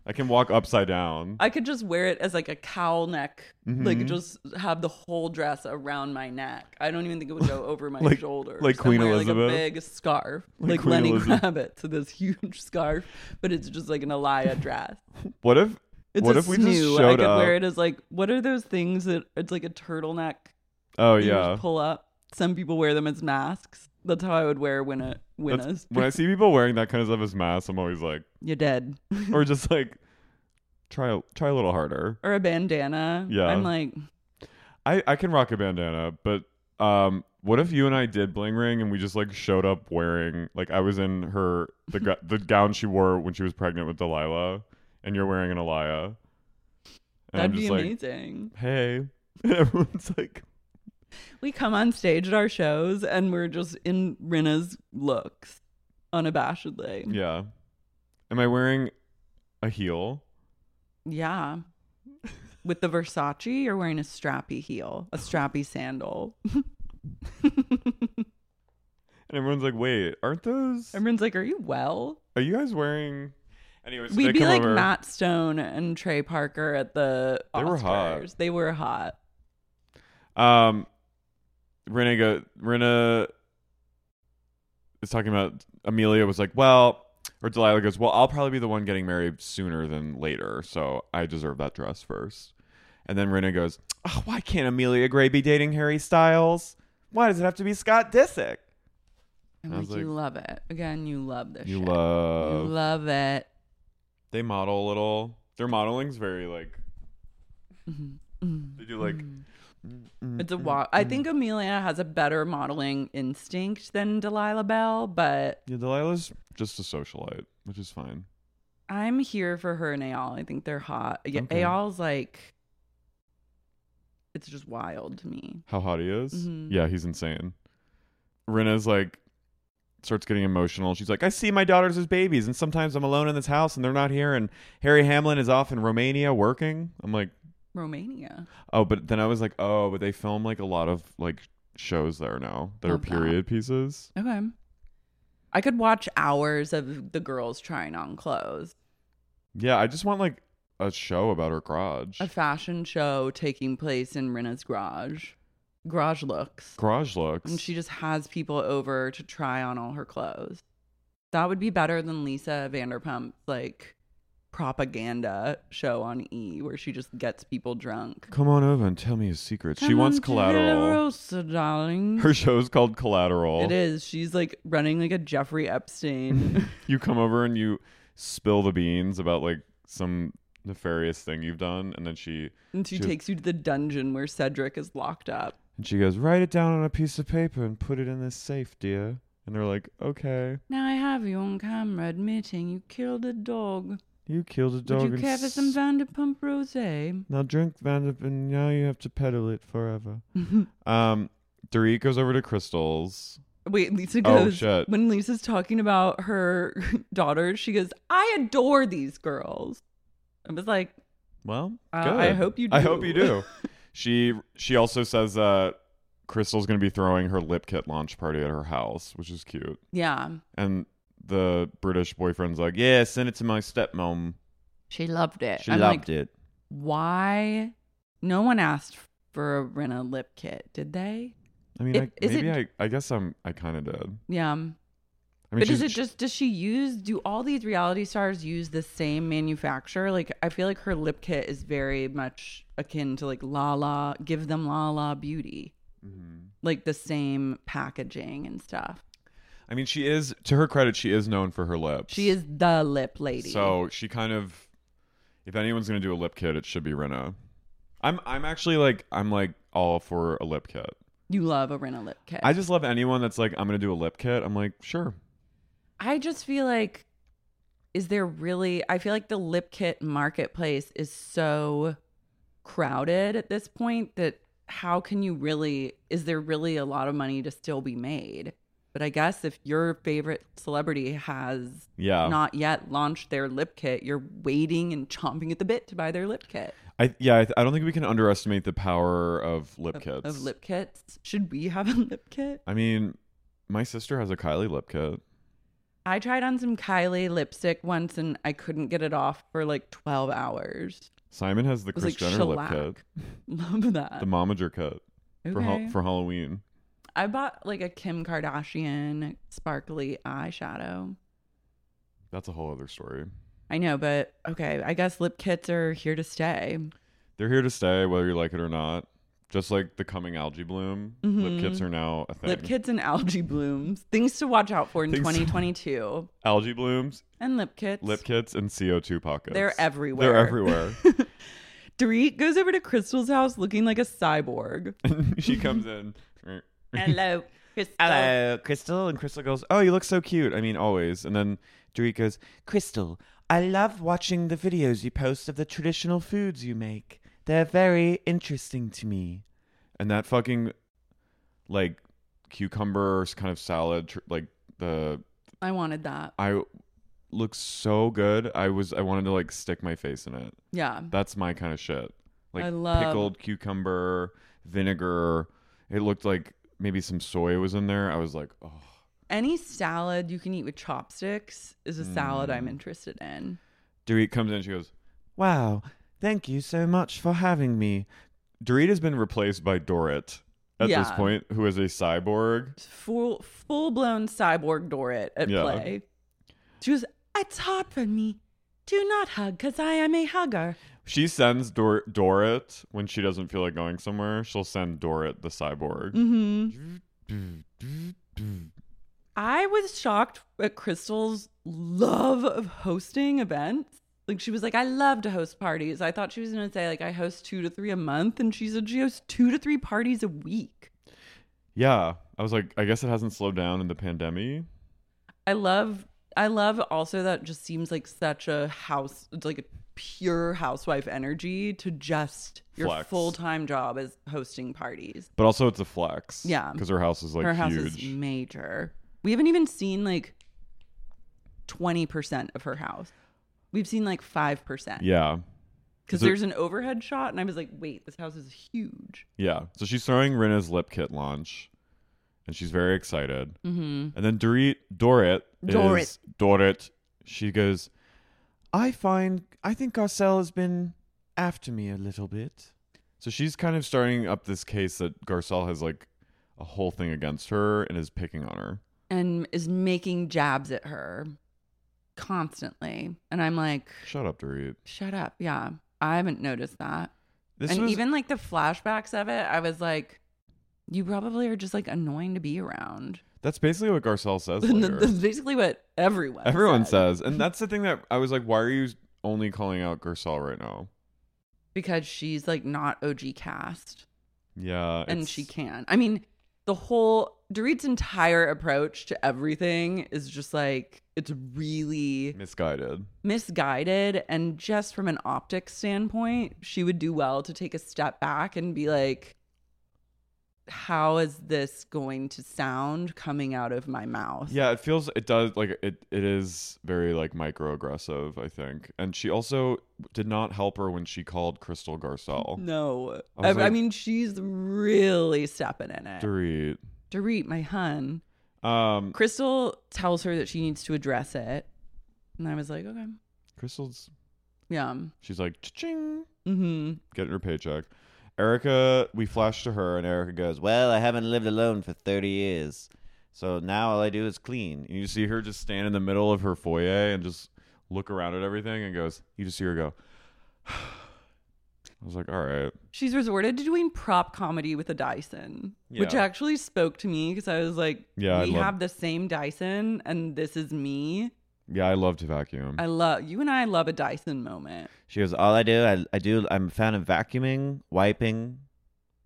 [SPEAKER 1] I can walk upside down.
[SPEAKER 2] I could just wear it as like a cowl neck. Like
[SPEAKER 1] Mhm.
[SPEAKER 2] just have the whole dress around my neck. I don't even think it would go over my
[SPEAKER 1] Like-
[SPEAKER 2] shoulder.
[SPEAKER 1] like Queen
[SPEAKER 2] wear,
[SPEAKER 1] Elizabeth?
[SPEAKER 2] Like a big scarf.
[SPEAKER 1] Like
[SPEAKER 2] Like,
[SPEAKER 1] Queen
[SPEAKER 2] Lenny
[SPEAKER 1] Elizabeth.
[SPEAKER 2] Kravitz. So this huge scarf, but it's just like an Elia dress.
[SPEAKER 1] What if
[SPEAKER 2] It's
[SPEAKER 1] What
[SPEAKER 2] a
[SPEAKER 1] if we just
[SPEAKER 2] snoo. I
[SPEAKER 1] showed
[SPEAKER 2] could wear
[SPEAKER 1] up?
[SPEAKER 2] it as like what are those things that it's like a turtleneck
[SPEAKER 1] Oh
[SPEAKER 2] that you
[SPEAKER 1] yeah.
[SPEAKER 2] just pull up. Some people wear them as masks. That's how I would wear when a when a
[SPEAKER 1] That's- when I see people wearing that kind of stuff as masks, I'm always like,
[SPEAKER 2] you're dead.
[SPEAKER 1] or just like, try try a little harder.
[SPEAKER 2] or a bandana.
[SPEAKER 1] Yeah.
[SPEAKER 2] I'm like
[SPEAKER 1] I I can rock a bandana, but um, what if you and I did bling ring and we just like showed up wearing like I was in her the go- the gown she wore when she was pregnant with Delilah, and you're wearing an Elia. And
[SPEAKER 2] that'd
[SPEAKER 1] I'm
[SPEAKER 2] be
[SPEAKER 1] just like,
[SPEAKER 2] amazing.
[SPEAKER 1] hey, and everyone's like,
[SPEAKER 2] We come on stage at our shows and we're just in Rinna's looks unabashedly.
[SPEAKER 1] yeah. Am I wearing a heel?
[SPEAKER 2] Yeah. With the Versace, you're wearing a strappy heel, a strappy sandal.
[SPEAKER 1] And everyone's like, wait, aren't those?
[SPEAKER 2] Everyone's like, "Are you well?"
[SPEAKER 1] Are you guys wearing? Anyways, so
[SPEAKER 2] We'd
[SPEAKER 1] they
[SPEAKER 2] be
[SPEAKER 1] come
[SPEAKER 2] like
[SPEAKER 1] over.
[SPEAKER 2] Matt Stone and Trey Parker at the
[SPEAKER 1] They were hot.
[SPEAKER 2] Oscars. They were hot.
[SPEAKER 1] Um, Renee go. Rena is talking about Amelia was like, well, or Delilah goes, well, I'll probably be the one getting married sooner than later, so I deserve that dress first. And then Rena goes, oh, why can't Amelia Gray be dating Harry Styles? Why does it have to be Scott Disick?
[SPEAKER 2] I'm
[SPEAKER 1] I
[SPEAKER 2] like,
[SPEAKER 1] was
[SPEAKER 2] you
[SPEAKER 1] like-
[SPEAKER 2] love it again. You love this.
[SPEAKER 1] You
[SPEAKER 2] shit.
[SPEAKER 1] love.
[SPEAKER 2] You love it.
[SPEAKER 1] they model a little. Their modeling's very like. They do like.
[SPEAKER 2] Mm-hmm.
[SPEAKER 1] mm-hmm.
[SPEAKER 2] It's a wa- I think Amelia has a better modeling instinct than Delilah Bell, but
[SPEAKER 1] Yeah, Delilah's just a socialite, which is fine.
[SPEAKER 2] I'm here for her and Ayal. I think they're hot. Yeah,
[SPEAKER 1] Okay.
[SPEAKER 2] Ayal's like, it's just wild to me.
[SPEAKER 1] how hot he is.
[SPEAKER 2] Mhm.
[SPEAKER 1] Yeah, he's insane. Rena's like starts getting emotional. She's like, I see my daughters as babies, and sometimes I'm alone in this house and they're not here, and Harry Hamlin is off in Romania working. I'm like,
[SPEAKER 2] Romania.
[SPEAKER 1] oh, but then I was like, oh, but they film like a lot of like shows there now that are
[SPEAKER 2] Love that.
[SPEAKER 1] period pieces.
[SPEAKER 2] Okay. I could watch hours of the girls trying on clothes,
[SPEAKER 1] Yeah, I just want like a show about her garage.
[SPEAKER 2] a fashion show taking place in Rena's garage, garage looks.
[SPEAKER 1] garage looks.
[SPEAKER 2] And she just has people over to try on all her clothes. That would be better than Lisa Vanderpump's like propaganda show on E where she just gets people drunk.
[SPEAKER 1] Come on over and tell me his secrets. she
[SPEAKER 2] Come
[SPEAKER 1] wants
[SPEAKER 2] on to
[SPEAKER 1] collateral.
[SPEAKER 2] Rosa, darling.
[SPEAKER 1] Her show's called Collateral.
[SPEAKER 2] It is. She's like running like a Jeffrey Epstein.
[SPEAKER 1] you come over and you spill the beans about like some nefarious thing you've done and then she
[SPEAKER 2] and she
[SPEAKER 1] She-
[SPEAKER 2] takes you to the dungeon where Cedric is locked up.
[SPEAKER 1] and she goes write it down on a piece of paper and put it in this safe dear and they're like okay
[SPEAKER 2] Now I have you on camera admitting you killed a dog.
[SPEAKER 1] you killed a dog
[SPEAKER 2] Would you
[SPEAKER 1] and
[SPEAKER 2] care for some
[SPEAKER 1] s-
[SPEAKER 2] Vanderpump Rosé?
[SPEAKER 1] now drink Vanderpump and now you have to peddle it forever um Dorit goes over to Crystal's
[SPEAKER 2] Wait, Lisa
[SPEAKER 1] Oh,
[SPEAKER 2] goes
[SPEAKER 1] shit.
[SPEAKER 2] when Lisa's talking about her daughters, she goes, I adore these girls. I was like,
[SPEAKER 1] well
[SPEAKER 2] Uh,
[SPEAKER 1] good.
[SPEAKER 2] I hope you
[SPEAKER 1] I hope you
[SPEAKER 2] do.
[SPEAKER 1] do she she also says that Crystal's gonna be throwing her lip kit launch party at her house which is cute
[SPEAKER 2] Yeah.
[SPEAKER 1] And the British boyfriend's like, yeah, send it to my stepmom.
[SPEAKER 2] She loved it.
[SPEAKER 1] She
[SPEAKER 2] I'm like,
[SPEAKER 1] loved it.
[SPEAKER 2] why no one asked for a Rena lip kit, did they?
[SPEAKER 1] I mean,
[SPEAKER 2] If-
[SPEAKER 1] I,
[SPEAKER 2] is
[SPEAKER 1] maybe
[SPEAKER 2] it-
[SPEAKER 1] I, I guess I'm, I kind of did. I mean,
[SPEAKER 2] Yeah. but is
[SPEAKER 1] she's-
[SPEAKER 2] it just does she use do all these reality stars use the same manufacturer? Like I feel like her lip kit is very much akin to like La La, give them La La Beauty.
[SPEAKER 1] Mhm.
[SPEAKER 2] Like the same packaging and stuff.
[SPEAKER 1] I mean, she is, to her credit, she is known for her lips.
[SPEAKER 2] She is the lip lady.
[SPEAKER 1] So she kind of, if anyone's gonna do a lip kit, it should be Rena. I'm, I'm actually like, I'm like all for a lip kit.
[SPEAKER 2] you love a Rena lip kit.
[SPEAKER 1] I just love anyone that's like, I'm gonna do a lip kit. I'm like, sure.
[SPEAKER 2] I just feel like, is there really? I feel like the lip kit marketplace is so crowded at this point that how can you really, is there really a lot of money to still be made? But I guess if your favorite celebrity has
[SPEAKER 1] Yeah.
[SPEAKER 2] not yet launched their lip kit, you're waiting and chomping at the bit to buy their lip kit.
[SPEAKER 1] I, yeah. I, th- I don't think we can underestimate the power of lip kits.
[SPEAKER 2] Of lip kits. Should we have a lip kit?
[SPEAKER 1] I mean, my sister has a Kylie lip kit.
[SPEAKER 2] I tried on some Kylie lipstick once and I couldn't get it off for like 12 hours.
[SPEAKER 1] Simon has the
[SPEAKER 2] It was
[SPEAKER 1] Kris
[SPEAKER 2] like
[SPEAKER 1] Jenner
[SPEAKER 2] shellac.
[SPEAKER 1] lip kit,
[SPEAKER 2] Love that.
[SPEAKER 1] the momager kit for ha-
[SPEAKER 2] Okay.
[SPEAKER 1] for Halloween.
[SPEAKER 2] I bought like a Kim Kardashian sparkly eyeshadow.
[SPEAKER 1] That's a whole other story.
[SPEAKER 2] I I know, but okay. I guess lip kits are here to stay.
[SPEAKER 1] They're here to stay, whether you like it or not. Just like the coming algae bloom,
[SPEAKER 2] Mhm.
[SPEAKER 1] lip kits are now a thing.
[SPEAKER 2] Lip kits and algae blooms. Things to watch out for in
[SPEAKER 1] Things to-
[SPEAKER 2] 2022.
[SPEAKER 1] algae blooms,
[SPEAKER 2] And lip kits.
[SPEAKER 1] lip kits, and CO2 pockets.
[SPEAKER 2] They're everywhere.
[SPEAKER 1] They're everywhere.
[SPEAKER 2] Dorit goes over to Crystal's house looking like a cyborg.
[SPEAKER 1] she comes in.
[SPEAKER 2] Hello, Crystal.
[SPEAKER 1] Hello, Crystal. And Crystal goes, Oh, you look so cute. I mean, always. And then Dorit goes, Crystal, I love watching the videos you post of the traditional foods you make. They're very interesting to me. And that fucking, like, cucumber kind of salad, tr- like, the.
[SPEAKER 2] I wanted that.
[SPEAKER 1] I looks so good. I was, I wanted to, like, stick my face in it.
[SPEAKER 2] Yeah.
[SPEAKER 1] That's my kind of shit. Like
[SPEAKER 2] I love-
[SPEAKER 1] pickled cucumber, vinegar. It looked like maybe some soy was in there. I was like, oh,
[SPEAKER 2] Any salad you can eat with chopsticks is a salad I'm interested in.
[SPEAKER 1] Dorit comes in and she goes, Wow, thank you so much for having me. Dorit has been replaced by Dorit at this
[SPEAKER 2] Yeah.
[SPEAKER 1] point, who is a cyborg.
[SPEAKER 2] Full full blown cyborg Dorit at
[SPEAKER 1] Yeah.
[SPEAKER 2] play. She was, it's hard for me. Do not hug, cause I am a hugger.
[SPEAKER 1] She sends Dor- Dorit when she doesn't feel like going somewhere. She'll send Dorit the cyborg.
[SPEAKER 2] hmm I was shocked at Crystal's love of hosting events. Like she was like, I love to host parties. I thought she was gonna say like I host two to three a month, and she said she hosts two to three parties a week.
[SPEAKER 1] Yeah. I was like, I guess it hasn't slowed down in the pandemic.
[SPEAKER 2] I love I love also that just seems like such a house it's like a pure housewife energy to just your
[SPEAKER 1] Flex.
[SPEAKER 2] full time job is hosting parties.
[SPEAKER 1] But also, it's a flex.
[SPEAKER 2] Yeah.
[SPEAKER 1] Because her house is like
[SPEAKER 2] Her house
[SPEAKER 1] huge.
[SPEAKER 2] is major. We haven't even seen like twenty percent of her house. We've seen like five percent.
[SPEAKER 1] yeah.
[SPEAKER 2] Because
[SPEAKER 1] So-
[SPEAKER 2] there's an overhead shot, and I was like, wait, this house is huge.
[SPEAKER 1] Yeah. So she's throwing Rinna's lip kit launch, and she's very excited.
[SPEAKER 2] Mm-hmm.
[SPEAKER 1] And then Dorit, Dorit,
[SPEAKER 2] Dorit.
[SPEAKER 1] is Dorit. She goes, I find I think Garcelle has been after me a little bit. So she's kind of starting up this case that Garcelle has like a whole thing against her and is picking on her.
[SPEAKER 2] And is making jabs at her constantly. And I'm like,
[SPEAKER 1] Shut up, Dorit.
[SPEAKER 2] shut up. Yeah. I haven't noticed that.
[SPEAKER 1] This
[SPEAKER 2] and
[SPEAKER 1] was
[SPEAKER 2] even like the flashbacks of it, I was like, you probably are just like annoying to be around.
[SPEAKER 1] that's basically what Garcelle says. later.
[SPEAKER 2] That's basically what everyone
[SPEAKER 1] Everyone
[SPEAKER 2] said.
[SPEAKER 1] says, and that's the thing that I was like, why are you only calling out Garcelle right now?
[SPEAKER 2] because she's like not OG cast
[SPEAKER 1] Yeah,
[SPEAKER 2] and
[SPEAKER 1] it's-
[SPEAKER 2] she can. I mean, the whole Dorit's entire approach to everything is just like it's really
[SPEAKER 1] misguided.
[SPEAKER 2] misguided and just from an optics standpoint, she would do well to take a step back and be like how is this going to sound coming out of my mouth?
[SPEAKER 1] Yeah, it feels it does like it it is very like microaggressive, I think. And she also did not help her when she called Crystal Garcelle.
[SPEAKER 2] No.
[SPEAKER 1] I
[SPEAKER 2] I,
[SPEAKER 1] was
[SPEAKER 2] I
[SPEAKER 1] like-
[SPEAKER 2] mean, she's really stepping in it.
[SPEAKER 1] Dorit.
[SPEAKER 2] Dorit, my hun.
[SPEAKER 1] Um
[SPEAKER 2] Crystal tells her that she needs to address it. And I was like, okay.
[SPEAKER 1] Crystal's
[SPEAKER 2] Yeah.
[SPEAKER 1] she's like ching
[SPEAKER 2] Mm-hmm.
[SPEAKER 1] getting her paycheck. Erica, we flash to her and Erica goes,
[SPEAKER 3] Well, I haven't lived alone for 30 years. So now all I do is clean.
[SPEAKER 1] and you see her just stand in the middle of her foyer and just look around at everything and goes, you just see her go I was like, all right.
[SPEAKER 2] She's resorted to doing prop comedy with a Dyson, which
[SPEAKER 1] Yeah.
[SPEAKER 2] actually spoke to me because I was like,
[SPEAKER 1] Yeah, I
[SPEAKER 2] we
[SPEAKER 1] love-
[SPEAKER 2] have the same Dyson and this is me.
[SPEAKER 1] Yeah, I love to vacuum.
[SPEAKER 2] I love, you and I love a Dyson moment.
[SPEAKER 3] She goes, All I do, I, I do, I'm a fan of vacuuming, wiping.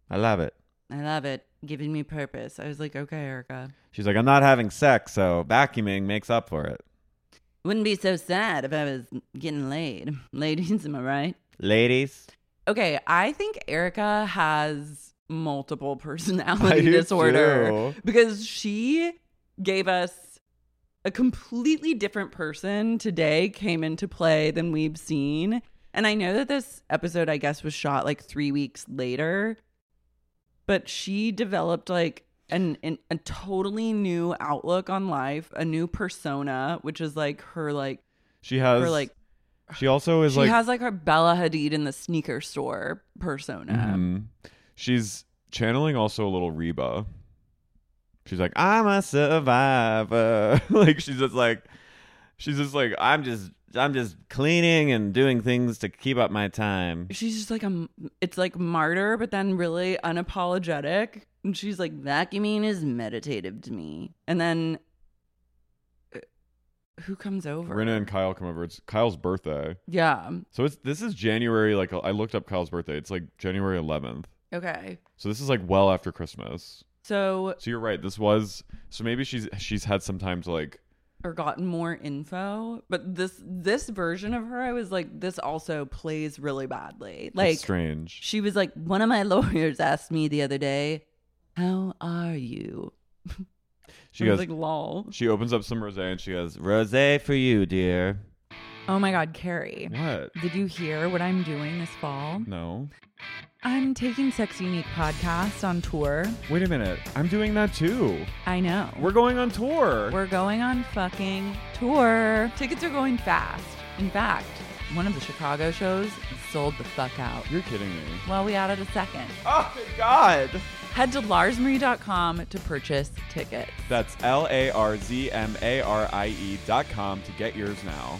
[SPEAKER 3] I love it.
[SPEAKER 2] I love it. Giving me purpose. I was like, okay, Erica.
[SPEAKER 3] She's like, I'm not having sex, so vacuuming makes up for it.
[SPEAKER 2] Wouldn't be so sad if I was getting laid. Ladies, am I right?
[SPEAKER 3] Ladies,
[SPEAKER 2] Okay, I think Erica has multiple
[SPEAKER 1] I
[SPEAKER 2] personality
[SPEAKER 1] do
[SPEAKER 2] disorder
[SPEAKER 1] too.
[SPEAKER 2] because she gave us a completely different person today came into play than we've seen. And I know that this episode, I guess, was shot like three weeks later, but she developed like an, an a totally new outlook on life, a new persona, which is like her like
[SPEAKER 1] She has
[SPEAKER 2] her like
[SPEAKER 1] she also is
[SPEAKER 2] she
[SPEAKER 1] like
[SPEAKER 2] has like her Bella Hadid in the sneaker store persona.
[SPEAKER 1] Mhm. She's channeling also a little Reba. She's like,
[SPEAKER 3] I'm a survivor.
[SPEAKER 1] like she's just like, She's just like, I'm
[SPEAKER 3] I'm just I'm just cleaning and doing things to keep up my time.
[SPEAKER 2] she's just like a m- it's like martyr but then really unapologetic and she's like vacuuming is meditative to me and then uh, who comes over
[SPEAKER 1] Rena and Kyle come over. It's Kyle's birthday.
[SPEAKER 2] yeah
[SPEAKER 1] So it's this is January. Like I looked up Kyle's birthday. It's like January 11th.
[SPEAKER 2] okay
[SPEAKER 1] So this is like well after Christmas.
[SPEAKER 2] so
[SPEAKER 1] So you're right. This was so maybe she's she's had some time to like
[SPEAKER 2] or gotten more info but this this version of her i was like this also plays really badly like
[SPEAKER 1] it's strange.
[SPEAKER 2] she was like one of my lawyers asked me the other day how are you
[SPEAKER 1] She
[SPEAKER 2] I
[SPEAKER 1] goes.
[SPEAKER 2] was like lol
[SPEAKER 1] she opens up some rosé and she goes.
[SPEAKER 3] Rosé for you, dear.
[SPEAKER 2] oh my god carrie
[SPEAKER 1] What?
[SPEAKER 2] Did you hear what I'm doing this fall?
[SPEAKER 1] No.
[SPEAKER 2] I'm taking Sex Unique podcast on tour.
[SPEAKER 1] Wait a minute. I'm doing that too.
[SPEAKER 2] I know.
[SPEAKER 1] We're going on tour.
[SPEAKER 2] We're going on fucking tour. Tickets are going fast. In fact, one of the Chicago shows sold the fuck out.
[SPEAKER 1] you're kidding me.
[SPEAKER 2] Well, we added a second.
[SPEAKER 1] Oh my god.
[SPEAKER 2] Head to larsmarie.com to purchase tickets.
[SPEAKER 1] That's L A R Z M A R I E dot com to get yours now.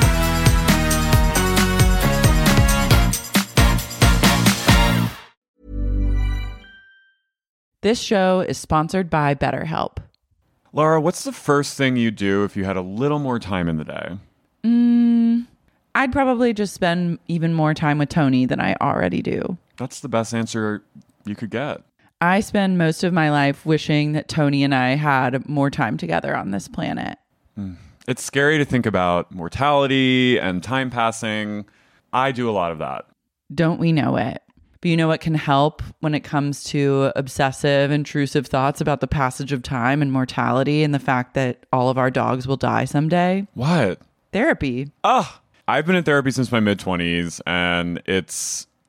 [SPEAKER 2] This show is sponsored by BetterHelp.
[SPEAKER 1] Laura, what's the first thing you do if you had a little more time in the day?
[SPEAKER 2] Mm, I'd probably just spend even more time with Tony than I already do.
[SPEAKER 1] That's the best answer you could get.
[SPEAKER 2] I spend most of my life wishing that Tony and I had more time together on this planet.
[SPEAKER 1] It's scary to think about mortality and time passing. I do a lot of that.
[SPEAKER 2] Don't we know it? But you know what can help when it comes to obsessive, intrusive thoughts about the passage of time and mortality and the fact that all of our dogs will die someday?
[SPEAKER 1] What?
[SPEAKER 2] Therapy.
[SPEAKER 1] Ugh. I've been in therapy since my mid 20s, and it's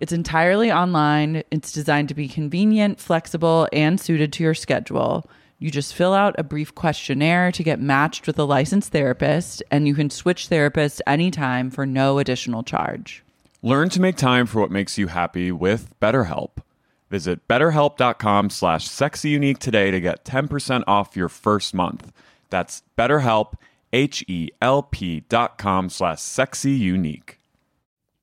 [SPEAKER 2] It's entirely online, it's designed to be convenient, flexible, and suited to your schedule. You just fill out a brief questionnaire to get matched with a licensed therapist, and you can switch therapists anytime for no additional charge.
[SPEAKER 1] Learn to make time for what makes you happy with BetterHelp. Visit betterhelp.com slash sexyunique today to get 10% off your first month. That's E betterhelp, H-E-L-P dot com slash sexyunique.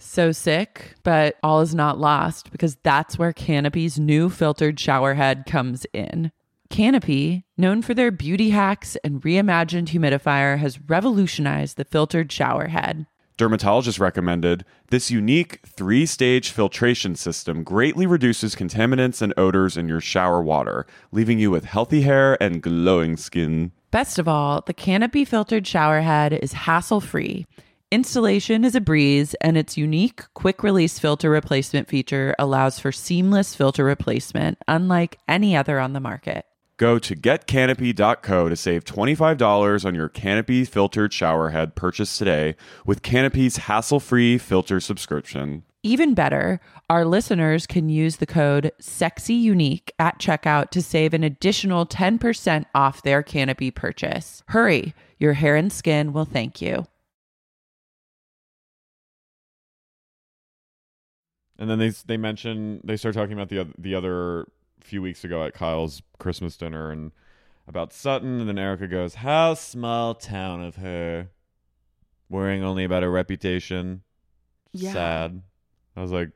[SPEAKER 2] So sick, but all is not lost because that's where Canopy's new filtered shower head comes in. Canopy, known for their beauty hacks and reimagined humidifier, has revolutionized the filtered shower head.
[SPEAKER 1] Dermatologist recommended this unique three stage filtration system greatly reduces contaminants and odors in your shower water, leaving you with healthy hair and glowing skin.
[SPEAKER 2] Best of all, the Canopy filtered shower head is hassle free. Installation is a breeze, and its unique quick release filter replacement feature allows for seamless filter replacement, unlike any other on the market.
[SPEAKER 1] Go to getcanopy.co to save $25 on your Canopy filtered shower head purchase today with Canopy's hassle free filter subscription.
[SPEAKER 2] Even better, our listeners can use the code SEXYUNIQUE at checkout to save an additional 10% off their Canopy purchase. Hurry, your hair and skin will thank you.
[SPEAKER 1] And then they they mention they start talking about the oth- the other few weeks ago at Kyle's Christmas dinner and about Sutton. And then Erica goes, "How small town of her, worrying only about her reputation."
[SPEAKER 2] Yeah.
[SPEAKER 1] Sad. I was like,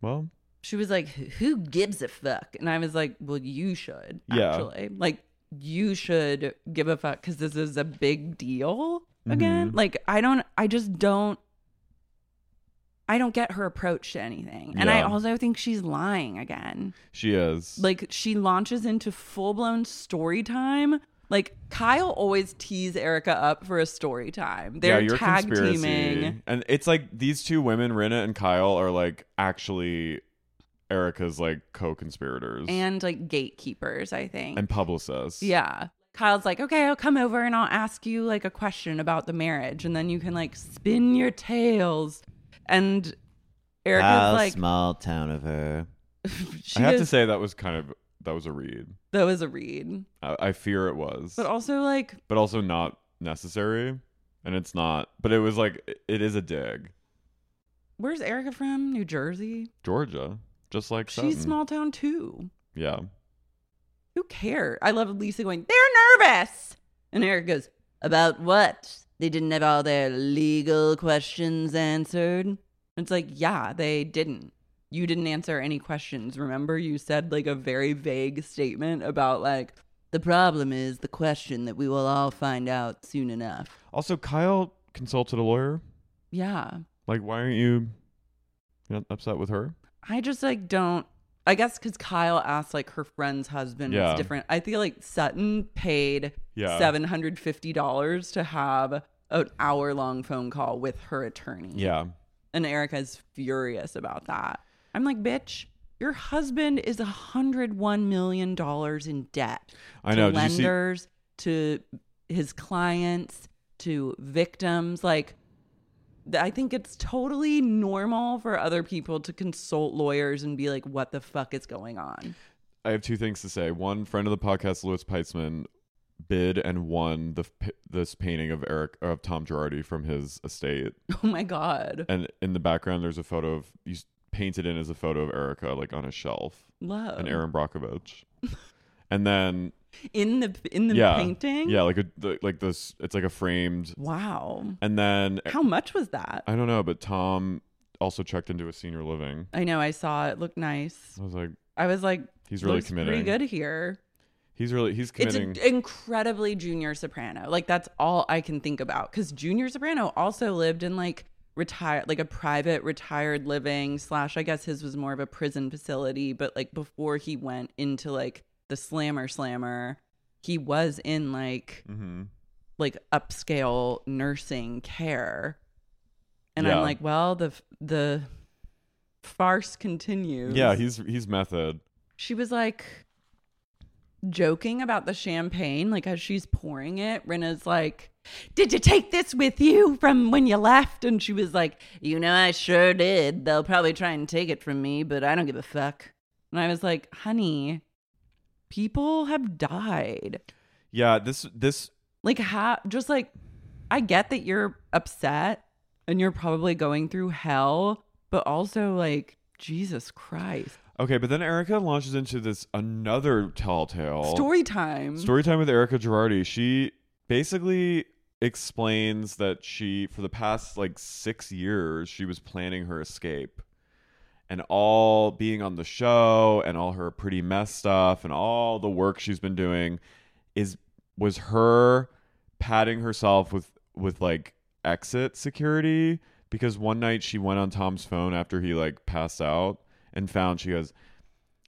[SPEAKER 1] "Well,
[SPEAKER 2] She was like, Who gives a fuck? And I was like, Well, you should,
[SPEAKER 1] Yeah.
[SPEAKER 2] actually. Like, you should give a fuck because this is a big deal again.
[SPEAKER 1] Mhm.
[SPEAKER 2] Like, I don't, I just don't, I don't get her approach to anything. And I
[SPEAKER 1] Yeah.
[SPEAKER 2] also think she's lying again.
[SPEAKER 1] she is."
[SPEAKER 2] Like she launches into full blown story time. Like Kyle always tees Erica up for a story time. They're
[SPEAKER 1] your
[SPEAKER 2] tag
[SPEAKER 1] conspiracy.
[SPEAKER 2] teaming.
[SPEAKER 1] And it's like these two women, Rinna and Kyle, are like actually Erica's like co conspirators
[SPEAKER 2] And like gatekeepers, I think.
[SPEAKER 1] and publicists.
[SPEAKER 2] yeah. Kyle's like, okay, I'll come over and I'll ask you like a question about the marriage, and then you can like spin your tails. And Erica's
[SPEAKER 3] How
[SPEAKER 2] like,
[SPEAKER 3] small town of her.
[SPEAKER 2] she
[SPEAKER 1] I have to
[SPEAKER 2] goes,
[SPEAKER 1] say that was kind of that was a read.
[SPEAKER 2] that was a read,
[SPEAKER 1] I, I fear it was.
[SPEAKER 2] but also like,
[SPEAKER 1] but also not necessary. And it's not but it was like it- it is a dig.
[SPEAKER 2] where's Erica from? New Jersey.
[SPEAKER 1] Georgia. Just like
[SPEAKER 2] She's
[SPEAKER 1] Sutton.
[SPEAKER 2] small town too.
[SPEAKER 1] Yeah.
[SPEAKER 2] Who cares? I love Lisa going, they're nervous. And Eric goes, about what? They didn't have all their legal questions answered. And It's like, yeah, they didn't. You didn't answer any questions. Remember, you said like a very vague statement about like, the problem is the question that we will all find out soon enough.
[SPEAKER 1] Also Kyle consulted a lawyer.
[SPEAKER 2] Yeah.
[SPEAKER 1] Like why aren't you you know, upset with her?
[SPEAKER 2] I just like don't. I guess because Kyle asked like her friend's husband
[SPEAKER 1] Yeah.
[SPEAKER 2] was different. I feel like Sutton paid
[SPEAKER 1] Yeah.
[SPEAKER 2] seven hundred fifty dollars to have an hour long phone call with her attorney.
[SPEAKER 1] Yeah.
[SPEAKER 2] and Erica's furious about that. I'm like, bitch, your husband is hundred one million dollars in debt.
[SPEAKER 1] I
[SPEAKER 2] to
[SPEAKER 1] know. Did you see-
[SPEAKER 2] lenders to his clients to victims, like th- I think it's totally normal for other people to consult lawyers and be like, what the fuck is going on?
[SPEAKER 1] I have two things to say. One, friend of the podcast, Louis Peitzman, bid and won the p- this painting of Eric of Tom Girardi from his estate,
[SPEAKER 2] Oh my God.
[SPEAKER 1] and in the background there's a photo of you s- painted in as a photo of Erica like on a shelf
[SPEAKER 2] Love.
[SPEAKER 1] and Aaron Brockovich, and then
[SPEAKER 2] In the in the
[SPEAKER 1] yeah,
[SPEAKER 2] painting?
[SPEAKER 1] yeah, like a the, like this, it's like a framed,
[SPEAKER 2] Wow.
[SPEAKER 1] and then
[SPEAKER 2] How much was that?
[SPEAKER 1] I don't know, but Tom also checked into a senior living.
[SPEAKER 2] I know I saw it. Looked nice.
[SPEAKER 1] I was like,
[SPEAKER 2] I was like,
[SPEAKER 1] He's really
[SPEAKER 2] looks Pretty
[SPEAKER 1] committing.
[SPEAKER 2] good here.
[SPEAKER 1] he's really he's committing.
[SPEAKER 2] It's an incredibly Junior Soprano. Like that's all I can think about because Junior Soprano also lived in like retired, like a private retired living slash. I guess his was more of a prison facility, but like before he went into like the slammer slammer, he was in like
[SPEAKER 1] mm-hmm.
[SPEAKER 2] like upscale nursing care. And
[SPEAKER 1] Yeah.
[SPEAKER 2] I'm like, well, the the farce continues.
[SPEAKER 1] Yeah, he's he's method.
[SPEAKER 2] She was like joking about the champagne, like as she's pouring it. Rena's like, Did you take this with you from when you left? And she was like, You know, I sure did. They'll probably try and take it from me, but I don't give a fuck. And And I was like, honey, people have died.
[SPEAKER 1] Yeah, this this
[SPEAKER 2] Like, how, just like, I get that you're upset and you're probably going through hell, but also like, Jesus Christ.
[SPEAKER 1] okay, but then Erica launches into this another telltale
[SPEAKER 2] Story time.
[SPEAKER 1] Oh. Story time with Erica Girardi. She basically explains that she, for the past like six years, she was planning her escape. And all being on the show and all her pretty mess stuff and all the work she's been doing is was her padding herself with with like exit security because one night she went on Tom's phone after he like passed out and found she goes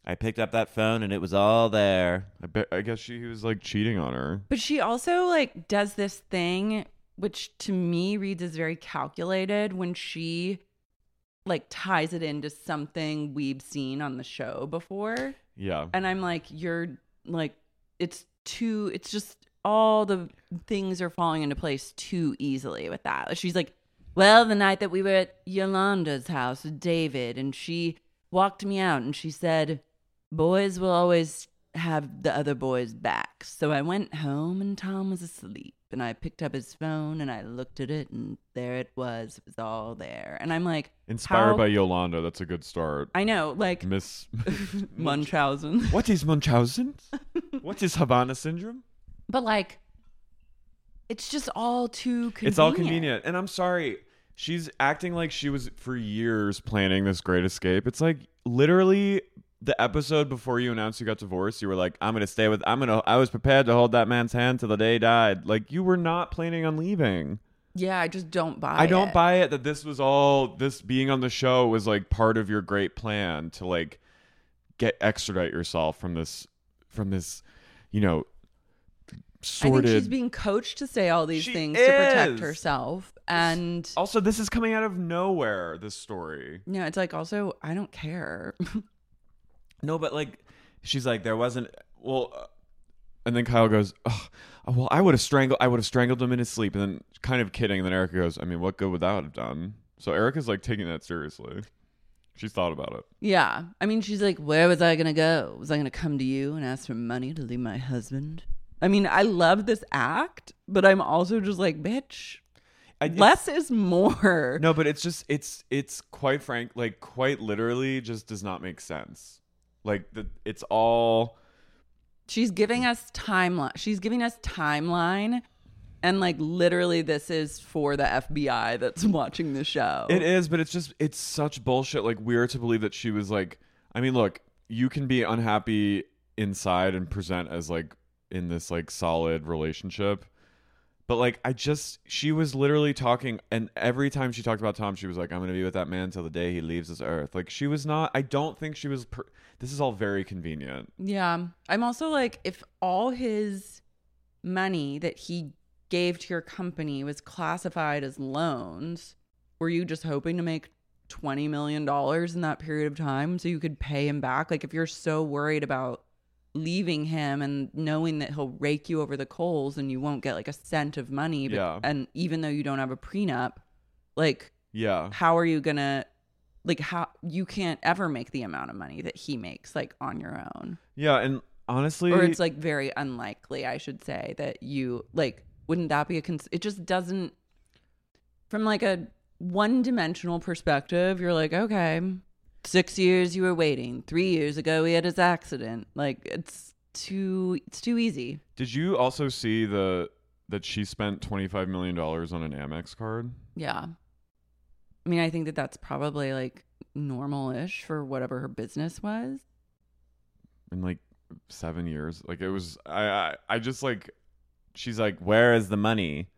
[SPEAKER 3] I picked up that phone and it was all there.
[SPEAKER 1] I, bet I guess she he was like cheating on her
[SPEAKER 2] But she also like does this thing which to me reads as very calculated when she like ties it into something we've seen on the show before.
[SPEAKER 1] yeah
[SPEAKER 2] And I'm like, you're like it's too it's just all the things are falling into place too easily with that. Like, She's like, well, the night that we were at Yolanda's house with David and she walked me out and she said, Boys will always have the other boys back. So I went home and Tom was asleep. And I picked up his phone and I looked at it and there it was. It was all there. And I'm like,
[SPEAKER 1] Inspired
[SPEAKER 2] how-
[SPEAKER 1] by Yolanda, that's a good start.
[SPEAKER 2] I know, like
[SPEAKER 1] Miss
[SPEAKER 2] Munchausen.
[SPEAKER 1] What is Munchausen? what is Havana syndrome?
[SPEAKER 2] But like, it's just all too convenient.
[SPEAKER 1] It's all convenient. And I'm sorry. She's acting like she was for years planning this great escape. It's like literally the episode before you announced you got divorced, you were like, I'm gonna stay with I'm gonna I was prepared to hold that man's hand till the day he died. Like you were not planning on leaving.
[SPEAKER 2] Yeah, I just don't buy.
[SPEAKER 1] I don't
[SPEAKER 2] it.
[SPEAKER 1] buy it that this was all this being on the show was like part of your great plan to like get extradite yourself from this from this you know
[SPEAKER 2] I
[SPEAKER 1] sorted
[SPEAKER 2] think she's being coached to say all these
[SPEAKER 1] She
[SPEAKER 2] things to protect
[SPEAKER 1] is.
[SPEAKER 2] herself, and
[SPEAKER 1] also this is coming out of nowhere this story
[SPEAKER 2] you know, it's like also I don't care.
[SPEAKER 1] no but like she's like there wasn't well uh, and then Kyle goes Ugh, well I would have strangled I would have strangled him in his sleep and then kind of kidding and then Erica goes I mean what good would that have done so Erica's like taking that seriously she's thought about it
[SPEAKER 2] yeah, I mean, she's like, where was I gonna go? Was I gonna come to you and ask for money to leave my husband? I mean, I love this act, but I'm also just like, bitch,
[SPEAKER 1] I,
[SPEAKER 2] less is more.
[SPEAKER 1] No, but it's just it's it's quite frank, like quite literally, just does not make sense. Like the it's all
[SPEAKER 2] She's giving us timeline. She's giving us timeline. And like literally this is for the FBI that's watching the show.
[SPEAKER 1] it is, but it's just it's such bullshit. Like we're to believe that she was like, I mean, look, you can be unhappy inside and present as like in this like solid relationship. But like I just she was literally talking and every time she talked about Tom she was like I'm going to be with that man till the day he leaves this earth. Like she was not I don't think she was per- this is all very convenient.
[SPEAKER 2] Yeah. I'm also like if all his money that he gave to your company was classified as loans, were you just hoping to make 20 million dollars in that period of time so you could pay him back? Like if you're so worried about leaving him and knowing that he'll rake you over the coals and you won't get like a cent of money but,
[SPEAKER 1] Yeah.
[SPEAKER 2] and even though you don't have a prenup, like
[SPEAKER 1] Yeah.
[SPEAKER 2] how are you gonna like how you can't ever make the amount of money that he makes like on your own
[SPEAKER 1] Yeah, and honestly,
[SPEAKER 2] or it's like very unlikely i should say that you like wouldn't that be a cons- it just doesn't from like a one dimensional perspective you're like okay six years you were waiting three years ago he had his accident like it's too it's too easy
[SPEAKER 1] did you also see the that she spent twenty five million dollars on an Amex card?
[SPEAKER 2] yeah i mean i think that that's probably like normal-ish for whatever her business was
[SPEAKER 1] in like seven years. Like it was, I, I, I just like, she's like, where is the money?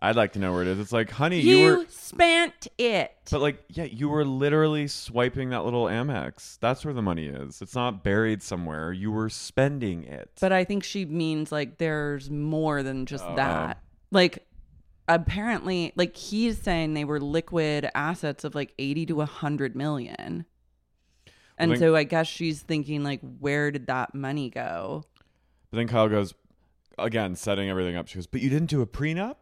[SPEAKER 1] I'd like to know where it is. It's like, honey, you,
[SPEAKER 2] you,
[SPEAKER 1] were,
[SPEAKER 2] spent it.
[SPEAKER 1] but like, yeah, you were literally swiping that little Amex. That's where the money is. It's not buried somewhere. You were spending it.
[SPEAKER 2] But I think she means like there's more than just
[SPEAKER 1] Oh.
[SPEAKER 2] that. Like apparently like he's saying they were liquid assets of like 80 to 100 million. And
[SPEAKER 1] Well, then-
[SPEAKER 2] so I guess she's thinking like where did that money go?
[SPEAKER 1] but then Kyle goes, again, setting everything up. She goes, but you didn't do a prenup.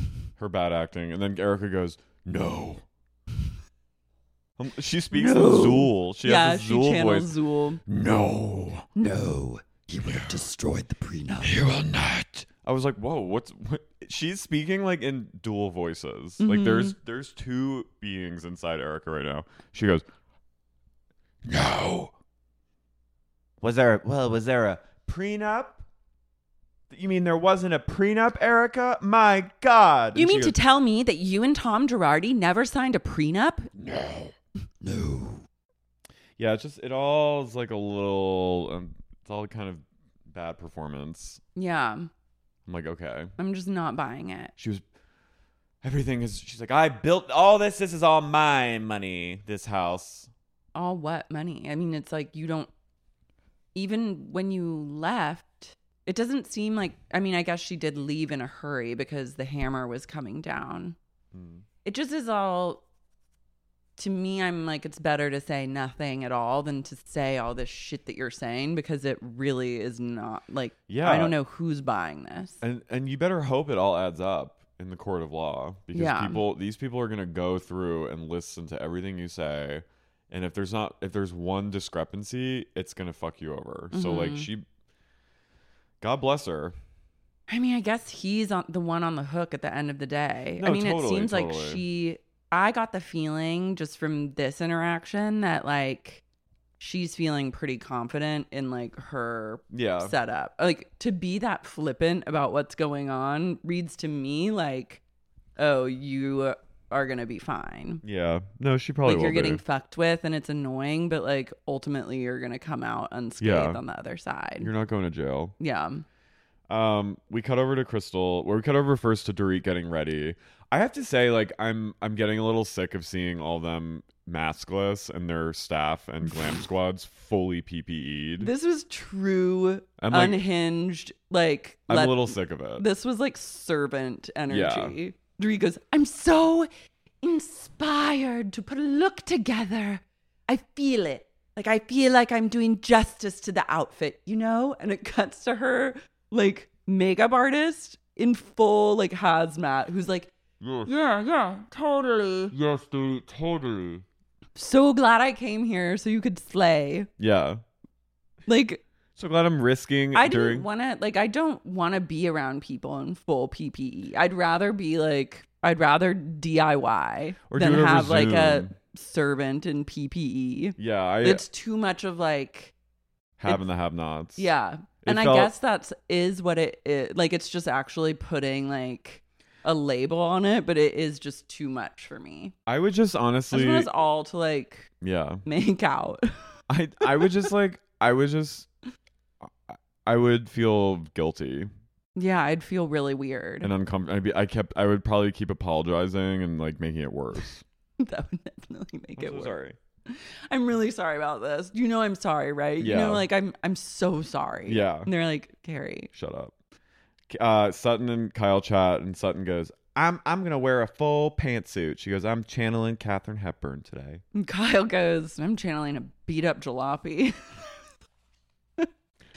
[SPEAKER 1] Her bad acting, and then Erica goes, no. Um, She speaks the Zool. She
[SPEAKER 2] yeah,
[SPEAKER 1] has the
[SPEAKER 2] she
[SPEAKER 1] Zool
[SPEAKER 2] channels
[SPEAKER 1] voice.
[SPEAKER 2] Zool.
[SPEAKER 1] No,
[SPEAKER 4] No, he would have destroyed the prenup.
[SPEAKER 1] you will not. I was like, whoa, what's what? She's speaking like in dual voices.
[SPEAKER 3] Mm-hmm.
[SPEAKER 1] Like there's there's two beings inside Erica right now. She goes, no.
[SPEAKER 3] Was there? Well, was there a prenup? You mean there wasn't a prenup, Erica? My God!
[SPEAKER 2] You
[SPEAKER 3] And she
[SPEAKER 2] mean to
[SPEAKER 3] goes,
[SPEAKER 2] tell me that you and Tom Girardi never signed a prenup?
[SPEAKER 4] No.
[SPEAKER 1] Yeah, it's just it all is like a little. Um, it's all kind of bad performance.
[SPEAKER 2] Yeah,
[SPEAKER 1] I'm like, okay.
[SPEAKER 2] I'm just not buying it.
[SPEAKER 1] She was. Everything is. She's like,
[SPEAKER 3] I built all this. This is all my money. This house.
[SPEAKER 2] All what money? I mean, it's like you don't. Even when you left, it doesn't seem like. I mean, I guess she did leave in a hurry because the hammer was coming down. It just is all. To me, I'm like, it's better to say nothing at all than to say all this shit that you're saying because it really is not like.
[SPEAKER 1] Yeah.
[SPEAKER 2] I don't know who's buying this.
[SPEAKER 1] and and you better hope it all adds up in the court of law because
[SPEAKER 2] Yeah.
[SPEAKER 1] people these people are going to go through and listen to everything you say and if there's not if there's one discrepancy it's going to fuck you over so
[SPEAKER 2] Mm-hmm.
[SPEAKER 1] like she god bless her
[SPEAKER 2] I mean, I guess he's on the one on the hook at the end of the day. I
[SPEAKER 1] No,
[SPEAKER 2] mean, it
[SPEAKER 1] Oh, totally,
[SPEAKER 2] seems
[SPEAKER 1] totally.
[SPEAKER 2] like she. I got the feeling just from this interaction that like she's feeling pretty confident in like her
[SPEAKER 1] yeah
[SPEAKER 2] setup. Like to be that flippant about what's going on reads to me like, oh, you are gonna be fine.
[SPEAKER 1] yeah no she probably
[SPEAKER 2] like
[SPEAKER 1] will
[SPEAKER 2] you're getting
[SPEAKER 1] be.
[SPEAKER 2] fucked with and it's annoying, but like ultimately you're gonna come out unscathed
[SPEAKER 1] Yeah.
[SPEAKER 2] on the other side.
[SPEAKER 1] you're not going to jail
[SPEAKER 2] yeah.
[SPEAKER 1] um we cut over to crystal where we cut over first to Dorit getting ready i have to say like i'm i'm getting a little sick of seeing all them maskless and their staff and glam squads fully pped
[SPEAKER 2] This was true
[SPEAKER 1] I'm like-
[SPEAKER 2] unhinged. Like
[SPEAKER 1] I'm
[SPEAKER 2] let-
[SPEAKER 1] a little sick of it.
[SPEAKER 2] This was like servant energy. Dree goes, I'm so inspired to put a look together. I feel it. Like I feel like I'm doing justice to the outfit, you know? And it cuts to her like makeup artist in full like hazmat who's like, Yeah, yeah, totally.
[SPEAKER 1] yes, dude, totally.
[SPEAKER 2] So glad I came here so you could slay.
[SPEAKER 1] Yeah.
[SPEAKER 2] Like
[SPEAKER 1] So glad I'm risking
[SPEAKER 2] I
[SPEAKER 1] during.
[SPEAKER 2] didn't want to like I don't want to be around people in full PPE. I'd rather be like I'd rather DIY
[SPEAKER 1] Or do
[SPEAKER 2] than
[SPEAKER 1] it over
[SPEAKER 2] have like a
[SPEAKER 1] Zoom.
[SPEAKER 2] servant in PPE.
[SPEAKER 1] yeah, I
[SPEAKER 2] It's too much of like
[SPEAKER 1] have and the have nots.
[SPEAKER 2] yeah.
[SPEAKER 1] It
[SPEAKER 2] and
[SPEAKER 1] felt-
[SPEAKER 2] I guess that's is what it is. Like it's just actually putting like a label on it, but it is just too much for me.
[SPEAKER 1] I would just
[SPEAKER 2] I just
[SPEAKER 1] honestly.
[SPEAKER 2] want us all to like
[SPEAKER 1] yeah.
[SPEAKER 2] make out.
[SPEAKER 1] I I would just like I would just I- I would feel guilty
[SPEAKER 2] yeah, I'd feel really weird.
[SPEAKER 1] and uncomfortable. I'd be, I kept I would probably keep apologizing and like making it worse.
[SPEAKER 2] that would definitely make it worse.
[SPEAKER 1] sorry.
[SPEAKER 2] I'm really sorry about this. You know I'm sorry, right? You
[SPEAKER 1] Yeah.
[SPEAKER 2] know, like I'm I'm so sorry.
[SPEAKER 1] Yeah.
[SPEAKER 2] And they're like, Carrie.
[SPEAKER 1] Shut up. Uh, Sutton and Kyle chat, and Sutton goes, "I'm I'm gonna wear a full pantsuit." She goes, "I'm channeling Katherine Hepburn today."
[SPEAKER 2] And Kyle goes, I'm channeling a beat up jalopy.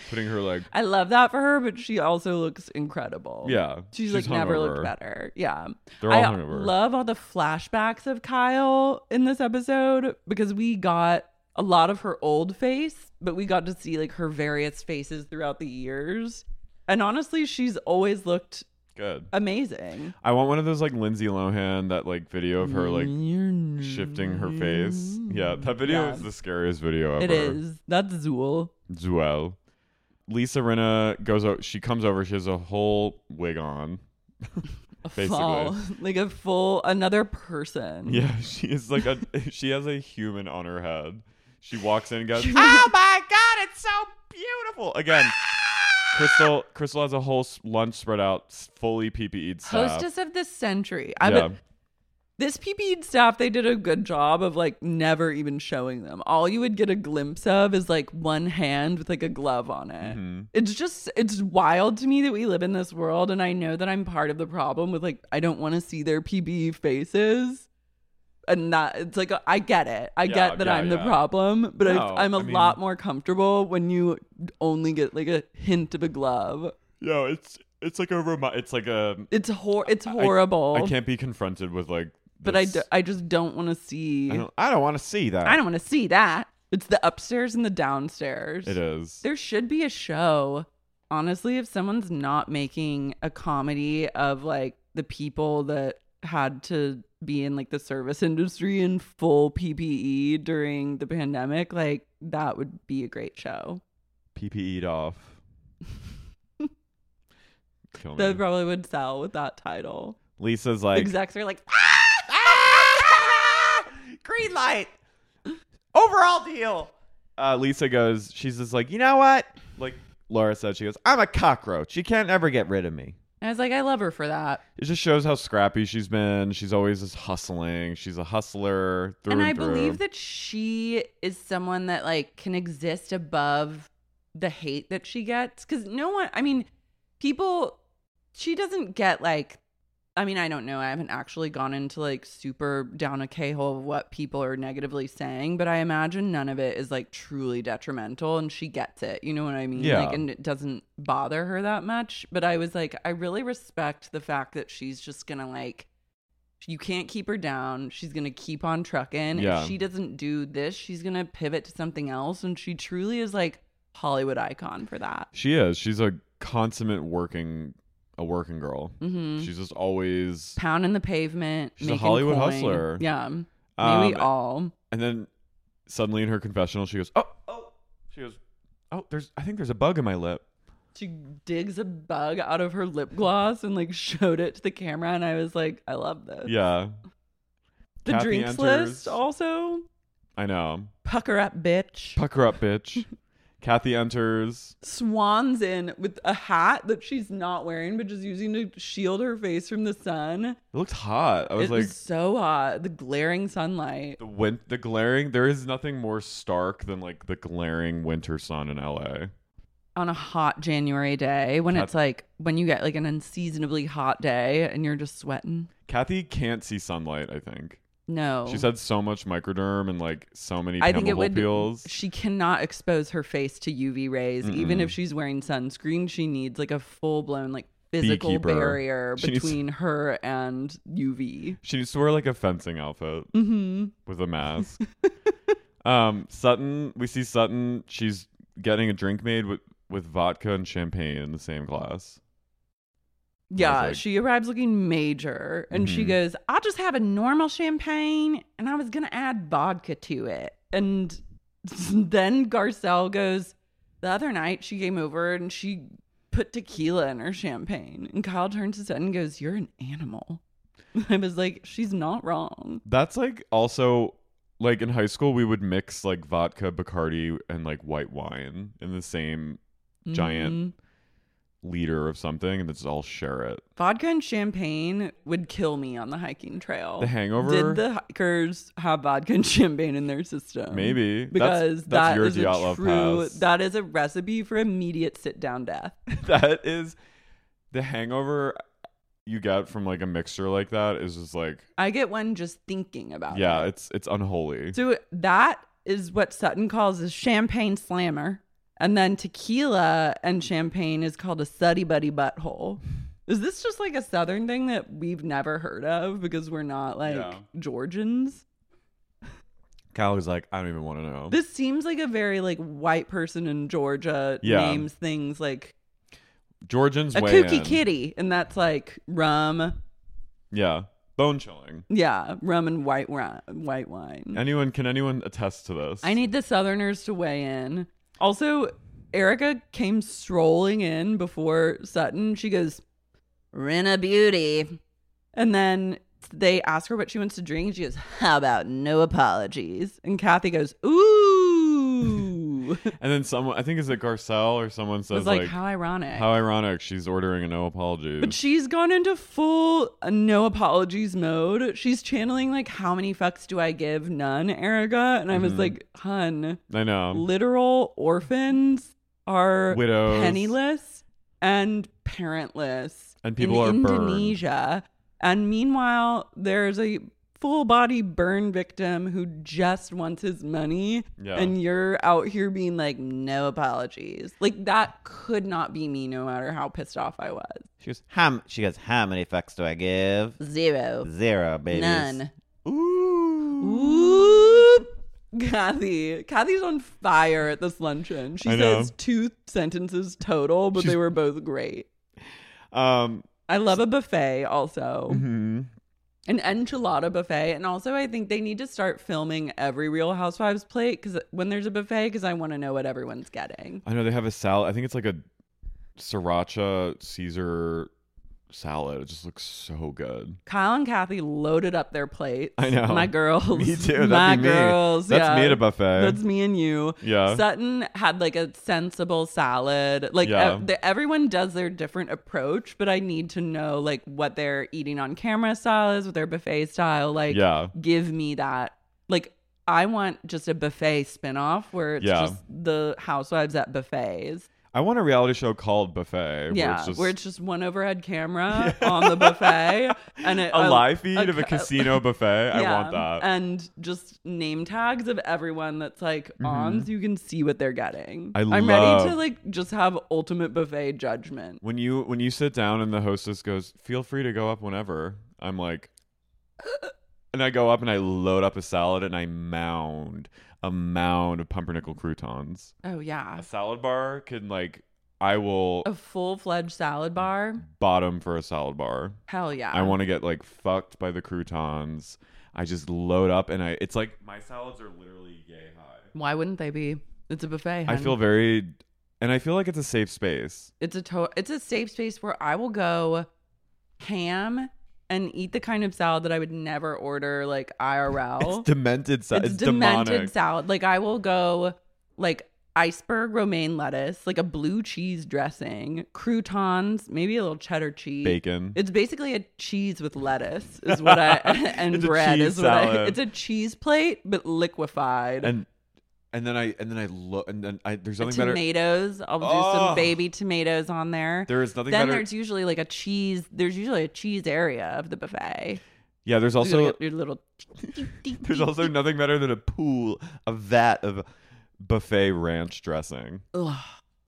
[SPEAKER 1] Putting her like
[SPEAKER 2] I love that for her, but she also looks incredible.
[SPEAKER 1] Yeah.
[SPEAKER 2] She's,
[SPEAKER 1] She's
[SPEAKER 2] like never
[SPEAKER 1] hungover.
[SPEAKER 2] looked better. Yeah.
[SPEAKER 1] They're all
[SPEAKER 2] I
[SPEAKER 1] hungover.
[SPEAKER 2] love all the flashbacks of Kyle in this episode because we got a lot of her old face, but we got to see like her various faces throughout the years. And honestly, she's always looked
[SPEAKER 1] good.
[SPEAKER 2] amazing.
[SPEAKER 1] I want one of those like Lindsay Lohan that like video of her like shifting her face. Yeah, that video
[SPEAKER 2] Yeah.
[SPEAKER 1] is the scariest video ever.
[SPEAKER 2] It is. That's Zool.
[SPEAKER 1] Zuel. Lisa Rinna goes out. She comes over. She has a whole wig on.
[SPEAKER 2] A
[SPEAKER 1] Basically.
[SPEAKER 2] full- like a full another person.
[SPEAKER 1] Yeah, she is like a. she has a human on her head. She walks in and goes,
[SPEAKER 2] Ah!
[SPEAKER 1] my god, it's so beautiful." Again, Crystal. Crystal has a whole s- lunch spread out, s- fully PPE'd staff.
[SPEAKER 2] Hostess of the century. I
[SPEAKER 1] yeah,
[SPEAKER 2] bet this PPE staff, they did a good job of like never even showing them. All you would get a glimpse of is like one hand with like a glove on it.
[SPEAKER 1] Mm-hmm.
[SPEAKER 2] It's just it's wild to me that we live in this world and I know that I'm part of the problem with like I don't want to see their PPE faces. And that it's like I get it. I
[SPEAKER 1] Yeah,
[SPEAKER 2] get that
[SPEAKER 1] yeah,
[SPEAKER 2] I'm the
[SPEAKER 1] yeah.
[SPEAKER 2] problem, but
[SPEAKER 1] No,
[SPEAKER 2] I, I'm a
[SPEAKER 1] I mean-
[SPEAKER 2] lot more comfortable when you only get like a hint of a glove.
[SPEAKER 1] yo, it's it's like a remi- It's like a
[SPEAKER 2] It's hor it's
[SPEAKER 1] I-
[SPEAKER 2] horrible.
[SPEAKER 1] I, can't be confronted with like
[SPEAKER 2] but I,
[SPEAKER 1] this-
[SPEAKER 2] d- I just don't want to see.
[SPEAKER 1] I don't, I don't want to see that.
[SPEAKER 2] I don't want to see that. It's the upstairs and the downstairs.
[SPEAKER 1] It is.
[SPEAKER 2] There should be a show. Honestly, if someone's not making a comedy of like the people that had to be in like the service industry in full PPE during the pandemic, like that would be a great show.
[SPEAKER 1] PPE'd off. Kill me.
[SPEAKER 2] That probably would sell with that title.
[SPEAKER 1] Lisa's Mm. like,
[SPEAKER 2] Execs are like,
[SPEAKER 3] Green light. Overall deal.
[SPEAKER 1] uh, Lisa goes, she's just like, you know what? Like Laura said, she goes, I'm a cockroach. You can't ever get rid of me.
[SPEAKER 2] I was like, I love her for that.
[SPEAKER 1] It just shows how scrappy she's been. She's always just hustling. She's a hustler through and,
[SPEAKER 2] and I
[SPEAKER 1] through.
[SPEAKER 2] believe that she is someone that like can exist above the hate that she gets cuz no one I mean people she doesn't get like I mean I don't know I haven't actually gone into like super down a K-hole of what people are negatively saying but I imagine none of it is like truly detrimental and she gets it you know what I mean
[SPEAKER 1] Yeah.
[SPEAKER 2] like and it doesn't bother her that much but I was like I really respect the fact that she's just going to like you can't keep her down. She's gonna keep on trucking.
[SPEAKER 1] Yeah.
[SPEAKER 2] If she doesn't do this, she's gonna pivot to something else. And she truly is like Hollywood icon for that.
[SPEAKER 1] she is. She's a consummate working, a working girl.
[SPEAKER 2] Mm-hmm.
[SPEAKER 1] She's just always.
[SPEAKER 2] Pounding the pavement.
[SPEAKER 1] She's a
[SPEAKER 2] making
[SPEAKER 1] Hollywood
[SPEAKER 2] coin.
[SPEAKER 1] hustler.
[SPEAKER 2] Yeah. Maybe
[SPEAKER 1] Um,
[SPEAKER 2] all.
[SPEAKER 1] And then suddenly in her confessional, she goes, oh, oh. She goes, oh, there's. I think there's a bug in my lip.
[SPEAKER 2] She digs a bug out of her lip gloss and like showed it to the camera. And I was like, I love this.
[SPEAKER 1] Yeah,
[SPEAKER 2] The
[SPEAKER 1] Kathy
[SPEAKER 2] drinks
[SPEAKER 1] enters.
[SPEAKER 2] list also.
[SPEAKER 1] I know.
[SPEAKER 2] Pucker up, bitch.
[SPEAKER 1] Pucker up, bitch. Kathy enters.
[SPEAKER 2] swans in with a hat that she's not wearing, but just using to shield her face from the sun.
[SPEAKER 1] It looked hot. I was
[SPEAKER 2] it
[SPEAKER 1] like,
[SPEAKER 2] was so hot. The glaring sunlight.
[SPEAKER 1] the win- the glaring. There is nothing more stark than like the glaring winter sun in LA.
[SPEAKER 2] On a hot January day when it's like when you get like an unseasonably hot day and you're just sweating.
[SPEAKER 1] Kathy can't see sunlight. I think
[SPEAKER 2] No.
[SPEAKER 1] she's had so much microderm and like so many
[SPEAKER 2] Oh. I
[SPEAKER 1] chemical
[SPEAKER 2] think it would
[SPEAKER 1] peels.
[SPEAKER 2] she cannot expose her face to UV rays. Even if she's wearing sunscreen, she needs like a full blown like physical
[SPEAKER 1] Beekeeper.
[SPEAKER 2] barrier
[SPEAKER 1] She needs-
[SPEAKER 2] between her and UV.
[SPEAKER 1] she needs to wear like a fencing outfit
[SPEAKER 2] Mm-hmm.
[SPEAKER 1] with a mask. um, Sutton, we see Sutton. She's getting a drink made with with vodka and champagne in the same glass.
[SPEAKER 2] Yeah,
[SPEAKER 1] like-
[SPEAKER 2] she arrives looking major and she goes, I'll just have a normal champagne and I was going to add vodka to it. And then Garcelle goes, The other night she came over and she put tequila in her champagne. And Kyle turns to Sutton and goes, You're an animal. I was like, She's not wrong.
[SPEAKER 1] That's like also like in high school we would mix like vodka, Bacardi, and like white wine in the same giant
[SPEAKER 2] Mm-hmm.
[SPEAKER 1] liter of something, and just all share it.
[SPEAKER 2] Vodka and champagne would kill me on the hiking trail.
[SPEAKER 1] The hangover?
[SPEAKER 2] Did the hikers have vodka and champagne in their system?
[SPEAKER 1] Maybe. That's-
[SPEAKER 2] because
[SPEAKER 1] that's
[SPEAKER 2] that
[SPEAKER 1] your
[SPEAKER 2] is a
[SPEAKER 1] Dyatlov
[SPEAKER 2] true.
[SPEAKER 1] pass.
[SPEAKER 2] That is a recipe for immediate sit down death.
[SPEAKER 1] that is the hangover you get from like a mixture like that is just like
[SPEAKER 2] I get one just thinking about
[SPEAKER 1] yeah,
[SPEAKER 2] it.
[SPEAKER 1] it's it's unholy.
[SPEAKER 2] So that is what Sutton calls a champagne slammer, and then tequila and champagne is called a suddy buddy butthole. Is this just like a southern thing that we've never heard of because we're not like
[SPEAKER 1] Yeah.
[SPEAKER 2] Georgians?
[SPEAKER 1] Kyle was like, I don't even want to know.
[SPEAKER 2] This seems like a very like white person in Georgia
[SPEAKER 1] Yeah.
[SPEAKER 2] names things like
[SPEAKER 1] Georgians
[SPEAKER 2] a
[SPEAKER 1] way
[SPEAKER 2] kooky
[SPEAKER 1] in.
[SPEAKER 2] kitty, and that's like rum,
[SPEAKER 1] Yeah, bone chilling.
[SPEAKER 2] yeah, rum and white wine, white wine.
[SPEAKER 1] Anyone can anyone attest to this?
[SPEAKER 2] I need the Southerners to weigh in. Also, Erica came strolling in before Sutton. She goes, "Rena Beauty," and then they ask her what she wants to drink, and she goes, "How about no apologies?" And Kathy goes, "Ooh."
[SPEAKER 1] And then someone, I think is it Garcelle or someone
[SPEAKER 2] It
[SPEAKER 1] says
[SPEAKER 2] was like, how ironic.
[SPEAKER 1] How ironic. She's ordering a no apology.
[SPEAKER 2] But she's gone into full uh, no apologies mode. She's channeling like how many fucks do I give? None, Erica. And I
[SPEAKER 1] Mm-hmm.
[SPEAKER 2] was like, hun,
[SPEAKER 1] I know.
[SPEAKER 2] literal orphans are
[SPEAKER 1] Widows.
[SPEAKER 2] penniless and parentless
[SPEAKER 1] And people
[SPEAKER 2] in
[SPEAKER 1] are burned.
[SPEAKER 2] Indonesia. And meanwhile, there's a full body burn victim who just wants his money
[SPEAKER 1] Yeah.
[SPEAKER 2] and you're out here being like no apologies. Like that could not be me no matter how pissed off I was.
[SPEAKER 3] She goes, how, she goes, how many fucks do I give?
[SPEAKER 2] Zero.
[SPEAKER 3] Zero, babies.
[SPEAKER 2] None.
[SPEAKER 3] Ooh.
[SPEAKER 2] Ooh. Kathy. Kathy's on fire at this luncheon. She
[SPEAKER 1] I know.
[SPEAKER 2] says two sentences total, but they were both great.
[SPEAKER 1] Um,
[SPEAKER 2] I love a buffet also.
[SPEAKER 1] hmm.
[SPEAKER 2] an enchilada buffet and also i think they need to start filming every real housewives plate because when there's a buffet because i want to know what everyone's getting
[SPEAKER 1] I know they have a salad. I think it's like a sriracha Caesar salad. It just looks so good.
[SPEAKER 2] kyle and kathy loaded up their plates
[SPEAKER 1] I know.
[SPEAKER 2] my girls
[SPEAKER 1] Me too. That'd
[SPEAKER 2] my
[SPEAKER 1] be me.
[SPEAKER 2] girls
[SPEAKER 1] That's
[SPEAKER 2] yeah.
[SPEAKER 1] me at a buffet.
[SPEAKER 2] that's me and you
[SPEAKER 1] Yeah.
[SPEAKER 2] sutton had like a sensible salad like
[SPEAKER 1] Yeah.
[SPEAKER 2] ev- the- everyone does their different approach but i need to know like what they're eating on camera style is what their buffet style like
[SPEAKER 1] yeah.
[SPEAKER 2] give me that. Like I want just a buffet spinoff where it's
[SPEAKER 1] Yeah.
[SPEAKER 2] just the housewives at buffets.
[SPEAKER 1] I want a reality show called Buffet.
[SPEAKER 2] yeah,
[SPEAKER 1] Where it's just
[SPEAKER 2] one overhead camera on the buffet and it,
[SPEAKER 1] a live feed
[SPEAKER 2] a
[SPEAKER 1] of a
[SPEAKER 2] ca-
[SPEAKER 1] casino buffet. I want
[SPEAKER 2] yeah,
[SPEAKER 1] that.
[SPEAKER 2] And just name tags of everyone that's like on so you can see what they're getting.
[SPEAKER 1] Mm-hmm. I
[SPEAKER 2] am ready to
[SPEAKER 1] love-
[SPEAKER 2] like just have ultimate buffet judgment.
[SPEAKER 1] when you when you sit down and the hostess goes, "Feel free to go up whenever." I'm like and I go up and I load up a salad and I mound a mound of pumpernickel croutons.
[SPEAKER 2] Oh yeah.
[SPEAKER 1] A salad bar can like I will
[SPEAKER 2] A full fledged salad bar.
[SPEAKER 1] bottom for a salad bar.
[SPEAKER 2] Hell yeah.
[SPEAKER 1] I want to get like fucked by the croutons. I just load up and I it's like my salads are literally yay high.
[SPEAKER 2] Why wouldn't they be? It's a buffet.
[SPEAKER 1] I
[SPEAKER 2] hun.
[SPEAKER 1] feel very and I feel like it's a safe space.
[SPEAKER 2] it's a to- it's a safe space where I will go ham and eat the kind of salad that I would never order like IRL.
[SPEAKER 1] It's demented salad. It's,
[SPEAKER 2] demented
[SPEAKER 1] demonic.
[SPEAKER 2] salad. Like I will go like iceberg romaine lettuce, like a blue cheese dressing, croutons, maybe a little cheddar cheese.
[SPEAKER 1] Bacon.
[SPEAKER 2] It's basically a cheese with lettuce is what I and
[SPEAKER 1] It's a
[SPEAKER 2] bread
[SPEAKER 1] cheese
[SPEAKER 2] is what I,
[SPEAKER 1] salad.
[SPEAKER 2] it's a cheese plate but liquefied.
[SPEAKER 1] and and then I and then I look and then I there's nothing better.
[SPEAKER 2] tomatoes. I'll do
[SPEAKER 1] Oh.
[SPEAKER 2] some baby tomatoes on there.
[SPEAKER 1] There is nothing
[SPEAKER 2] then
[SPEAKER 1] better.
[SPEAKER 2] there's usually like a cheese. There's usually a cheese area of the buffet.
[SPEAKER 1] yeah, there's
[SPEAKER 2] So you
[SPEAKER 1] also
[SPEAKER 2] get your little
[SPEAKER 1] there's also nothing better than a pool, a vat of buffet ranch dressing.
[SPEAKER 2] Ugh.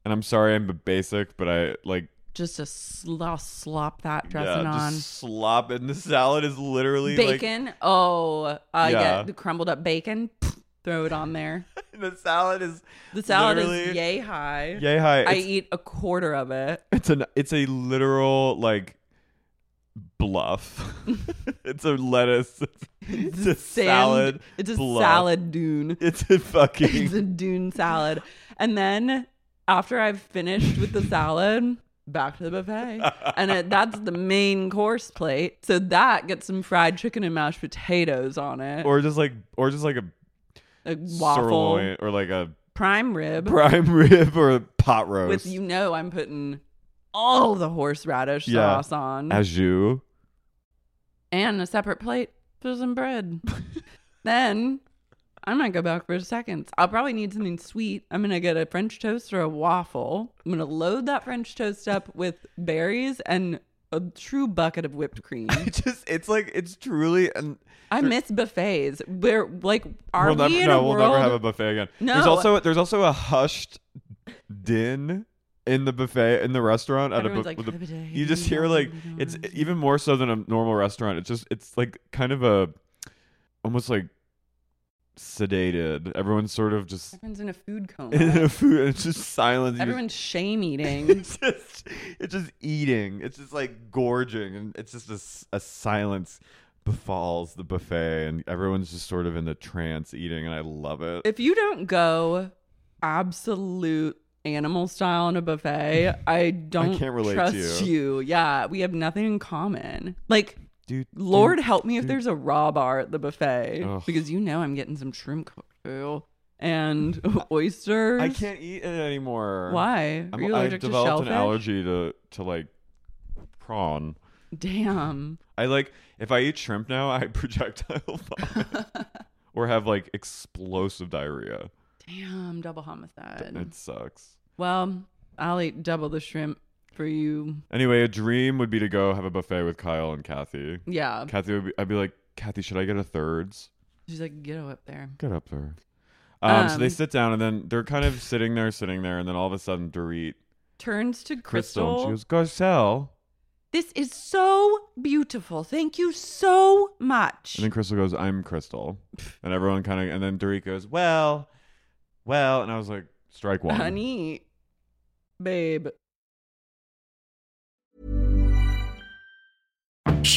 [SPEAKER 1] And I'm sorry, I'm basic, but I like
[SPEAKER 2] just a slop, slop that dressing
[SPEAKER 1] yeah,
[SPEAKER 2] on.
[SPEAKER 1] just slop. And the salad is literally like
[SPEAKER 2] Bacon. oh, uh, yeah,
[SPEAKER 1] Yeah.
[SPEAKER 2] the crumbled up bacon. Throw it on there.
[SPEAKER 1] the salad is
[SPEAKER 2] The salad is
[SPEAKER 1] Literally.
[SPEAKER 2] yay high.
[SPEAKER 1] yay hi.
[SPEAKER 2] I
[SPEAKER 1] It's,
[SPEAKER 2] eat a quarter of it.
[SPEAKER 1] it's an it's a literal like bluff. it's a lettuce. It's, a
[SPEAKER 2] Sand-
[SPEAKER 1] salad.
[SPEAKER 2] It's a
[SPEAKER 1] bluff.
[SPEAKER 2] salad dune.
[SPEAKER 1] It's a fucking
[SPEAKER 2] it's a dune salad. And then after I've finished with the salad, back to the buffet. And it, that's the main course plate. So that gets some fried chicken and mashed potatoes on it.
[SPEAKER 1] or just like or just like a
[SPEAKER 2] a waffle,
[SPEAKER 1] sirloin or like a
[SPEAKER 2] prime rib.
[SPEAKER 1] prime rib or a pot roast.
[SPEAKER 2] with you know I'm putting all the horseradish
[SPEAKER 1] Yeah.
[SPEAKER 2] sauce on.
[SPEAKER 1] As you.
[SPEAKER 2] and a separate plate for some bread. then I might go back for seconds. I'll probably need something sweet. I'm gonna get a French toast or a waffle. I'm gonna load that French toast up with berries and a true bucket of whipped cream.
[SPEAKER 1] It just it's like it's truly and
[SPEAKER 2] I miss buffets. We're like, are
[SPEAKER 1] we'll
[SPEAKER 2] we
[SPEAKER 1] never
[SPEAKER 2] in
[SPEAKER 1] no,
[SPEAKER 2] a
[SPEAKER 1] we'll
[SPEAKER 2] world?
[SPEAKER 1] never have a buffet again. There's
[SPEAKER 2] No.
[SPEAKER 1] also there's also a hushed din in the buffet in the restaurant at
[SPEAKER 2] Everyone's
[SPEAKER 1] a
[SPEAKER 2] like,
[SPEAKER 1] buffet.
[SPEAKER 2] "Have a day,
[SPEAKER 1] you just
[SPEAKER 2] have a
[SPEAKER 1] hear
[SPEAKER 2] day,
[SPEAKER 1] like
[SPEAKER 2] have a day."
[SPEAKER 1] it's even more so than a normal restaurant. It's just it's like kind of a almost like sedated. Everyone's sort of just
[SPEAKER 2] Everyone's in a food coma.
[SPEAKER 1] in a food. It's just silence. You just-
[SPEAKER 2] Everyone's shame eating.
[SPEAKER 1] it's just it's just eating. It's just like gorging, and it's just a s- a, silence befalls the buffet, and everyone's just sort of in the trance eating, and I love it.
[SPEAKER 2] if you don't go absolute animal style in a buffet, I don't
[SPEAKER 1] can't relate to
[SPEAKER 2] trust
[SPEAKER 1] you.
[SPEAKER 2] you. Yeah, we have nothing in common. Like,
[SPEAKER 1] Dude,
[SPEAKER 2] Lord help me if there's a raw bar at the buffet
[SPEAKER 1] Ugh.
[SPEAKER 2] because you know I'm getting some shrimp cocktail and oysters.
[SPEAKER 1] I can't eat it anymore.
[SPEAKER 2] Why? Are
[SPEAKER 1] I'm,
[SPEAKER 2] you
[SPEAKER 1] I've
[SPEAKER 2] allergic to
[SPEAKER 1] developed
[SPEAKER 2] shellfish?
[SPEAKER 1] an allergy to to like prawn.
[SPEAKER 2] Damn.
[SPEAKER 1] I like if I eat shrimp now, I projectile vomit or have like explosive diarrhea.
[SPEAKER 2] Damn, double homicide.
[SPEAKER 1] It sucks.
[SPEAKER 2] well, I'll eat double the shrimp for you.
[SPEAKER 1] Anyway, a dream would be to go have a buffet with Kyle and Kathy.
[SPEAKER 2] Yeah.
[SPEAKER 1] Kathy would be, I'd be like, Kathy, should I get a thirds?
[SPEAKER 2] She's like, get up there.
[SPEAKER 1] Get up there. Um, so they
[SPEAKER 2] Um,
[SPEAKER 1] sit down and then they're kind of sitting there, sitting there, and then all of a sudden Dorit
[SPEAKER 2] Turns to
[SPEAKER 1] Crystal,
[SPEAKER 2] Crystal.
[SPEAKER 1] and she goes, Garcelle.
[SPEAKER 2] this is so beautiful. Thank you so much.
[SPEAKER 1] And then Crystal goes, I'm Crystal. And everyone kind of, and then Dorit goes, well,
[SPEAKER 3] Well,
[SPEAKER 1] well, and I was like, strike one.
[SPEAKER 2] Honey, babe.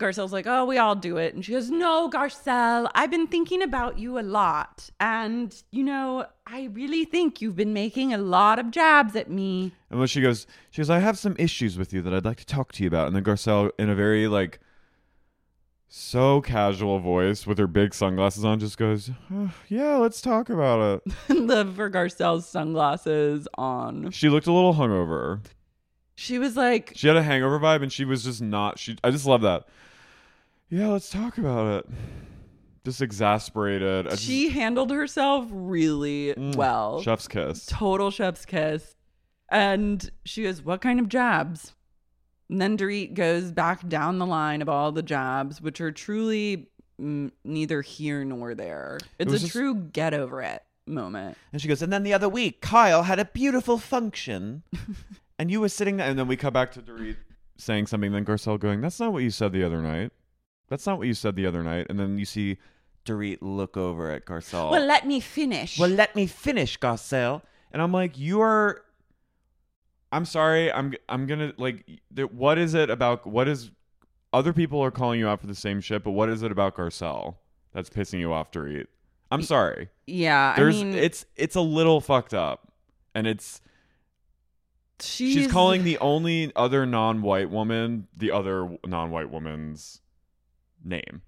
[SPEAKER 2] Garcelle's like, oh, we all do it. And she goes, no, Garcelle, I've been thinking about you a lot. And, you know, I really think you've been making a lot of jabs at me.
[SPEAKER 1] And when she goes, she goes, I have some issues with you that I'd like to talk to you about. And then Garcelle, in a very like so casual voice with her big sunglasses on, just goes, "Ugh, Yeah, let's talk about it.
[SPEAKER 2] Love for Garcelle's sunglasses on.
[SPEAKER 1] she looked a little hungover.
[SPEAKER 2] She was like,
[SPEAKER 1] She had a hangover vibe and she was just not she I just love that. Yeah, let's talk about it. Just exasperated. I just-
[SPEAKER 2] she handled herself really
[SPEAKER 1] Mm,
[SPEAKER 2] well.
[SPEAKER 1] Chef's kiss.
[SPEAKER 2] Total chef's kiss. And she goes, What kind of jabs? And then Dorit goes back down the line of all the jabs, which are truly mm, neither here nor there. It's
[SPEAKER 1] was
[SPEAKER 2] a
[SPEAKER 1] just-
[SPEAKER 2] true get over it moment.
[SPEAKER 3] and she goes, and then the other week, Kyle had a beautiful function,
[SPEAKER 1] And you were sitting there and then we cut back to Dorit saying something, then Garcelle going, That's not what you said the other night. That's not what you said the other night. And then you see
[SPEAKER 3] Dorit look over at Garcelle.
[SPEAKER 2] Well, let me finish.
[SPEAKER 3] well, let me finish, Garcelle.
[SPEAKER 1] and I'm like, you are. I'm sorry. I'm I'm gonna like. Th- what is it about? What is other people are calling you out for the same shit, but what is it about Garcelle that's pissing you off to eat? I'm sorry.
[SPEAKER 2] yeah, I
[SPEAKER 1] There's
[SPEAKER 2] mean,
[SPEAKER 1] it's it's a little fucked up, and it's
[SPEAKER 2] she's,
[SPEAKER 1] she's, calling the only other non-white woman the other non-white woman's name,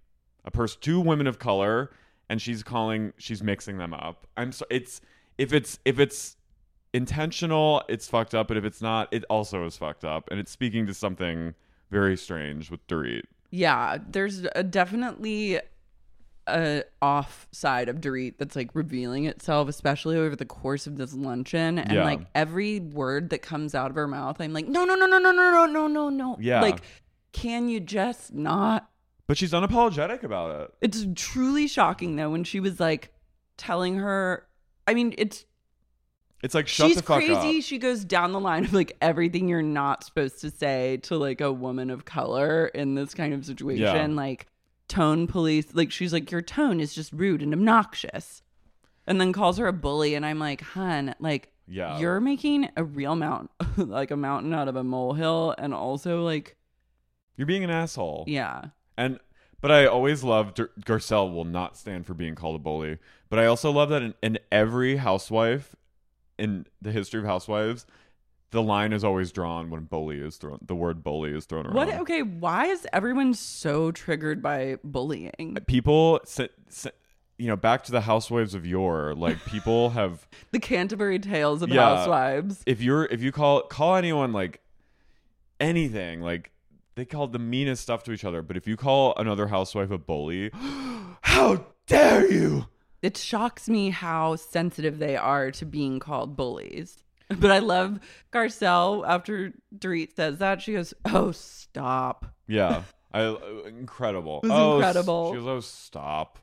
[SPEAKER 1] a person, two women of color, and she's calling she's mixing them up. I'm so it's if it's if it's intentional, it's fucked up, but if it's not, it also is fucked up, and it's speaking to something very strange with Dorit.
[SPEAKER 2] yeah. There's a definitely a off side of Dorit that's like revealing itself, especially over the course of this luncheon, and
[SPEAKER 1] Yeah.
[SPEAKER 2] like every word that comes out of her mouth, I'm like, no, no, no, no, no, no, no, no, no, no.
[SPEAKER 1] Yeah.
[SPEAKER 2] like, can you just not
[SPEAKER 1] But she's unapologetic about it.
[SPEAKER 2] It's truly shocking though when she was like telling her. I mean, it's
[SPEAKER 1] It's like shut
[SPEAKER 2] she's
[SPEAKER 1] the fuck
[SPEAKER 2] crazy.
[SPEAKER 1] up.
[SPEAKER 2] She goes down the line of like everything you're not supposed to say to like a woman of color in this kind of situation, like tone police. Like she's like, your tone is just rude and obnoxious, and then calls her a bully. And I'm like, hun, like.
[SPEAKER 1] Yeah.
[SPEAKER 2] You're making a real mountain, like a mountain out of a molehill, and also like,
[SPEAKER 1] You're being an asshole.
[SPEAKER 2] yeah,
[SPEAKER 1] And but I always love Dur- Garcelle will not stand for being called a bully. But I also love that in, in every housewife in the history of housewives, the line is always drawn when bully is thrown. The word bully is thrown around.
[SPEAKER 2] What? Okay. Why is everyone so triggered by bullying?
[SPEAKER 1] People, s- s- you know, back to the housewives of yore. Like people have.
[SPEAKER 2] The Canterbury Tales of
[SPEAKER 1] Yeah.
[SPEAKER 2] Housewives.
[SPEAKER 1] if you're if you call call anyone like anything like they called the meanest stuff to each other but if you call another housewife a bully how dare you
[SPEAKER 2] It shocks me how sensitive they are to being called bullies. But I love Garcelle after Dorit says that. She goes, Oh, stop.
[SPEAKER 1] Yeah, I uh, incredible.
[SPEAKER 2] It was
[SPEAKER 1] oh, s-
[SPEAKER 2] incredible.
[SPEAKER 1] She was oh stop.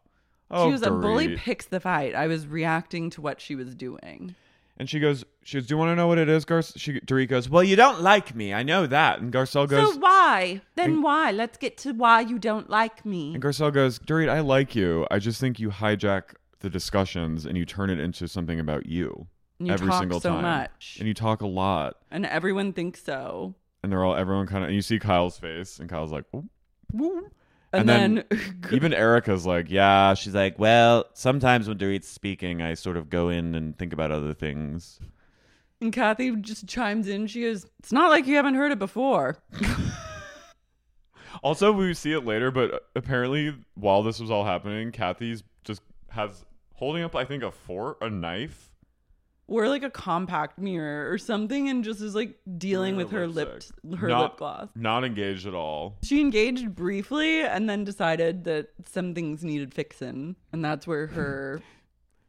[SPEAKER 1] Oh,
[SPEAKER 2] she was a bully
[SPEAKER 1] Dorit."
[SPEAKER 2] picks the fight. I was reacting to what she was doing.
[SPEAKER 1] and she goes, she goes, do you want to know what it is, Garce? She Dorit goes, well, you don't like me. I know that. And Garcelle goes,
[SPEAKER 2] so why? Then why? Let's get to why you don't like me.
[SPEAKER 1] and Garcelle goes, Dorit, I like you. I just think you hijack the discussions and you turn it into something about you,
[SPEAKER 2] And you
[SPEAKER 1] every
[SPEAKER 2] talk
[SPEAKER 1] single
[SPEAKER 2] so
[SPEAKER 1] time.
[SPEAKER 2] much.
[SPEAKER 1] And you talk a lot.
[SPEAKER 2] and everyone thinks so.
[SPEAKER 1] And they're all everyone kind of. And you see Kyle's face, and Kyle's like, "Ooh."
[SPEAKER 2] And,
[SPEAKER 1] And then
[SPEAKER 2] then,
[SPEAKER 1] even Erica's like, yeah. She's like, well, sometimes when Dorit's speaking, I sort of go in and think about other things.
[SPEAKER 2] And Kathy just chimes in. She goes, It's not like you haven't heard it before.
[SPEAKER 1] Also, we see it later, but apparently, while this was all happening, Kathy's just has holding up, I think, a fork, a knife.
[SPEAKER 2] Or like a compact mirror or something and just is like dealing with her lip
[SPEAKER 1] Lipstick.
[SPEAKER 2] her
[SPEAKER 1] Not-
[SPEAKER 2] lip gloss.
[SPEAKER 1] Not engaged at all.
[SPEAKER 2] She engaged briefly and then decided that some things needed fixing, and that's where her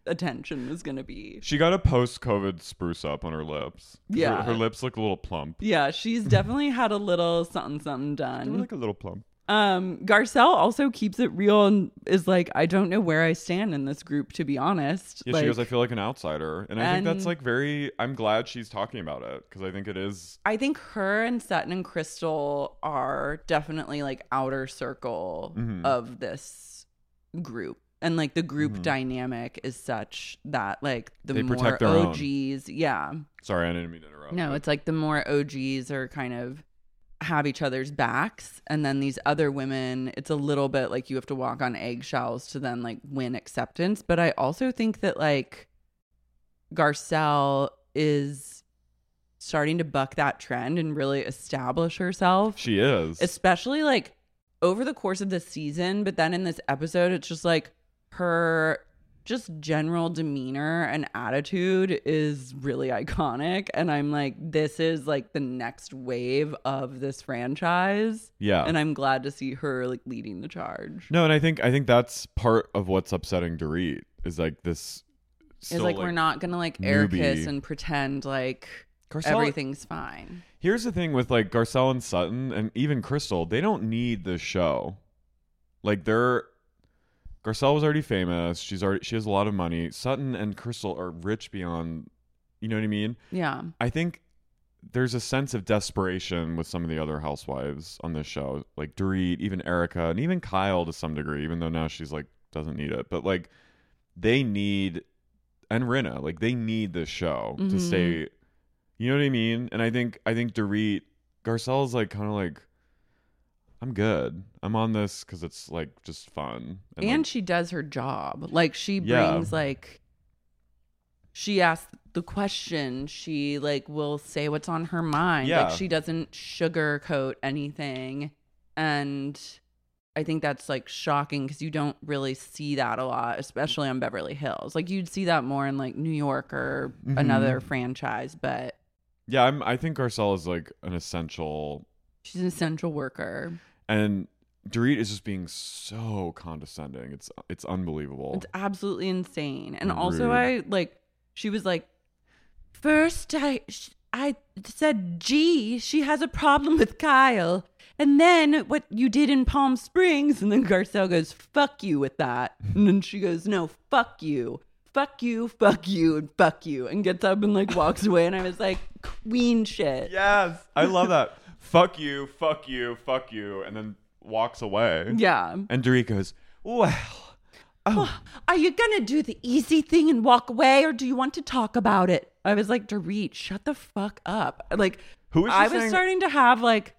[SPEAKER 2] attention was going to be.
[SPEAKER 1] She got a post COVID spruce up on her lips. Her-
[SPEAKER 2] Yeah.
[SPEAKER 1] Her, lips look a little plump.
[SPEAKER 2] Yeah, she's definitely had a little something something
[SPEAKER 1] They were
[SPEAKER 2] done.
[SPEAKER 1] like a little plump.
[SPEAKER 2] Um, Garcelle also keeps it real and is like, I don't know where I stand in this group, to be honest.
[SPEAKER 1] Yeah, she goes, I feel like an outsider. And I think that's
[SPEAKER 2] And-
[SPEAKER 1] like very, I'm glad she's talking about it because I think it is.
[SPEAKER 2] I think her and Sutton and Crystal are definitely like outer circle
[SPEAKER 1] Mm-hmm.
[SPEAKER 2] of this group. And like the group dynamic is such that like the
[SPEAKER 1] They
[SPEAKER 2] more
[SPEAKER 1] protect their own.
[SPEAKER 2] OGs, yeah.
[SPEAKER 1] Sorry, I didn't mean to interrupt.
[SPEAKER 2] No,
[SPEAKER 1] but-
[SPEAKER 2] it's like the more OGs are kind of have each other's backs and then these other women, it's a little bit like you have to walk on eggshells to then like win acceptance, but I also think that like Garcelle is starting to buck that trend and really establish herself
[SPEAKER 1] She is.
[SPEAKER 2] especially like over the course of this season but then in this episode it's just like her just general demeanor and attitude is really iconic and i'm like this is like the next wave of this franchise
[SPEAKER 1] yeah.
[SPEAKER 2] and i'm glad to see her like leading the charge
[SPEAKER 1] No, and I think I think that's part of what's upsetting Dorit is like this. Still,
[SPEAKER 2] it's like, we're not gonna like air
[SPEAKER 1] newbie.
[SPEAKER 2] kiss and pretend like
[SPEAKER 1] Garcelle-
[SPEAKER 2] everything's fine
[SPEAKER 1] Here's the thing with like Garcelle and Sutton and even Crystal, they don't need this show. Like they're Garcelle was already famous. She's already she has a lot of money. Sutton and Crystal are rich beyond. You know what I mean?
[SPEAKER 2] yeah
[SPEAKER 1] I think there's a sense of desperation with some of the other housewives on this show, like Dorit, even Erica, and even Kyle to some degree, even though now she's like doesn't need it. But like they need and Rinna, like they need this show to
[SPEAKER 2] Mhm.
[SPEAKER 1] stay you know what I mean? And I think I think Dorit Garcelle's like kind of like I'm good. I'm on this because it's like just fun.
[SPEAKER 2] and,
[SPEAKER 1] like,
[SPEAKER 2] she does her job like she
[SPEAKER 1] Yeah.
[SPEAKER 2] brings like she asks the question she like will say what's on her mind
[SPEAKER 1] Yeah.
[SPEAKER 2] like she doesn't sugarcoat anything and i think that's like shocking because you don't really see that a lot especially on beverly hills like you'd see that more in like new york or
[SPEAKER 1] Mhm.
[SPEAKER 2] another franchise but
[SPEAKER 1] yeah, I'm. I think Garcelle is like an essential
[SPEAKER 2] she's an essential worker
[SPEAKER 1] and Dorit is just being so condescending. It's it's unbelievable.
[SPEAKER 2] It's absolutely insane.
[SPEAKER 1] And
[SPEAKER 2] And also,
[SPEAKER 1] rude.
[SPEAKER 2] I like, she was like, first I, sh- I said, gee, she has a problem with Kyle. And then what you did in Palm Springs. And then Garcelle goes, fuck you with that. And then she goes, no, fuck you. Fuck you, fuck you, and fuck you. And gets up and like walks away. And I was like, queen shit.
[SPEAKER 1] yes, I love that. fuck you, fuck you, fuck you, and then walks away.
[SPEAKER 2] Yeah.
[SPEAKER 1] And Dorit goes, well,
[SPEAKER 2] Are you gonna do the easy thing and walk away, or do you want to talk about it? I was like, Dorit, shut the fuck up. Like,
[SPEAKER 1] Who is she
[SPEAKER 2] I was
[SPEAKER 1] saying-
[SPEAKER 2] starting to have like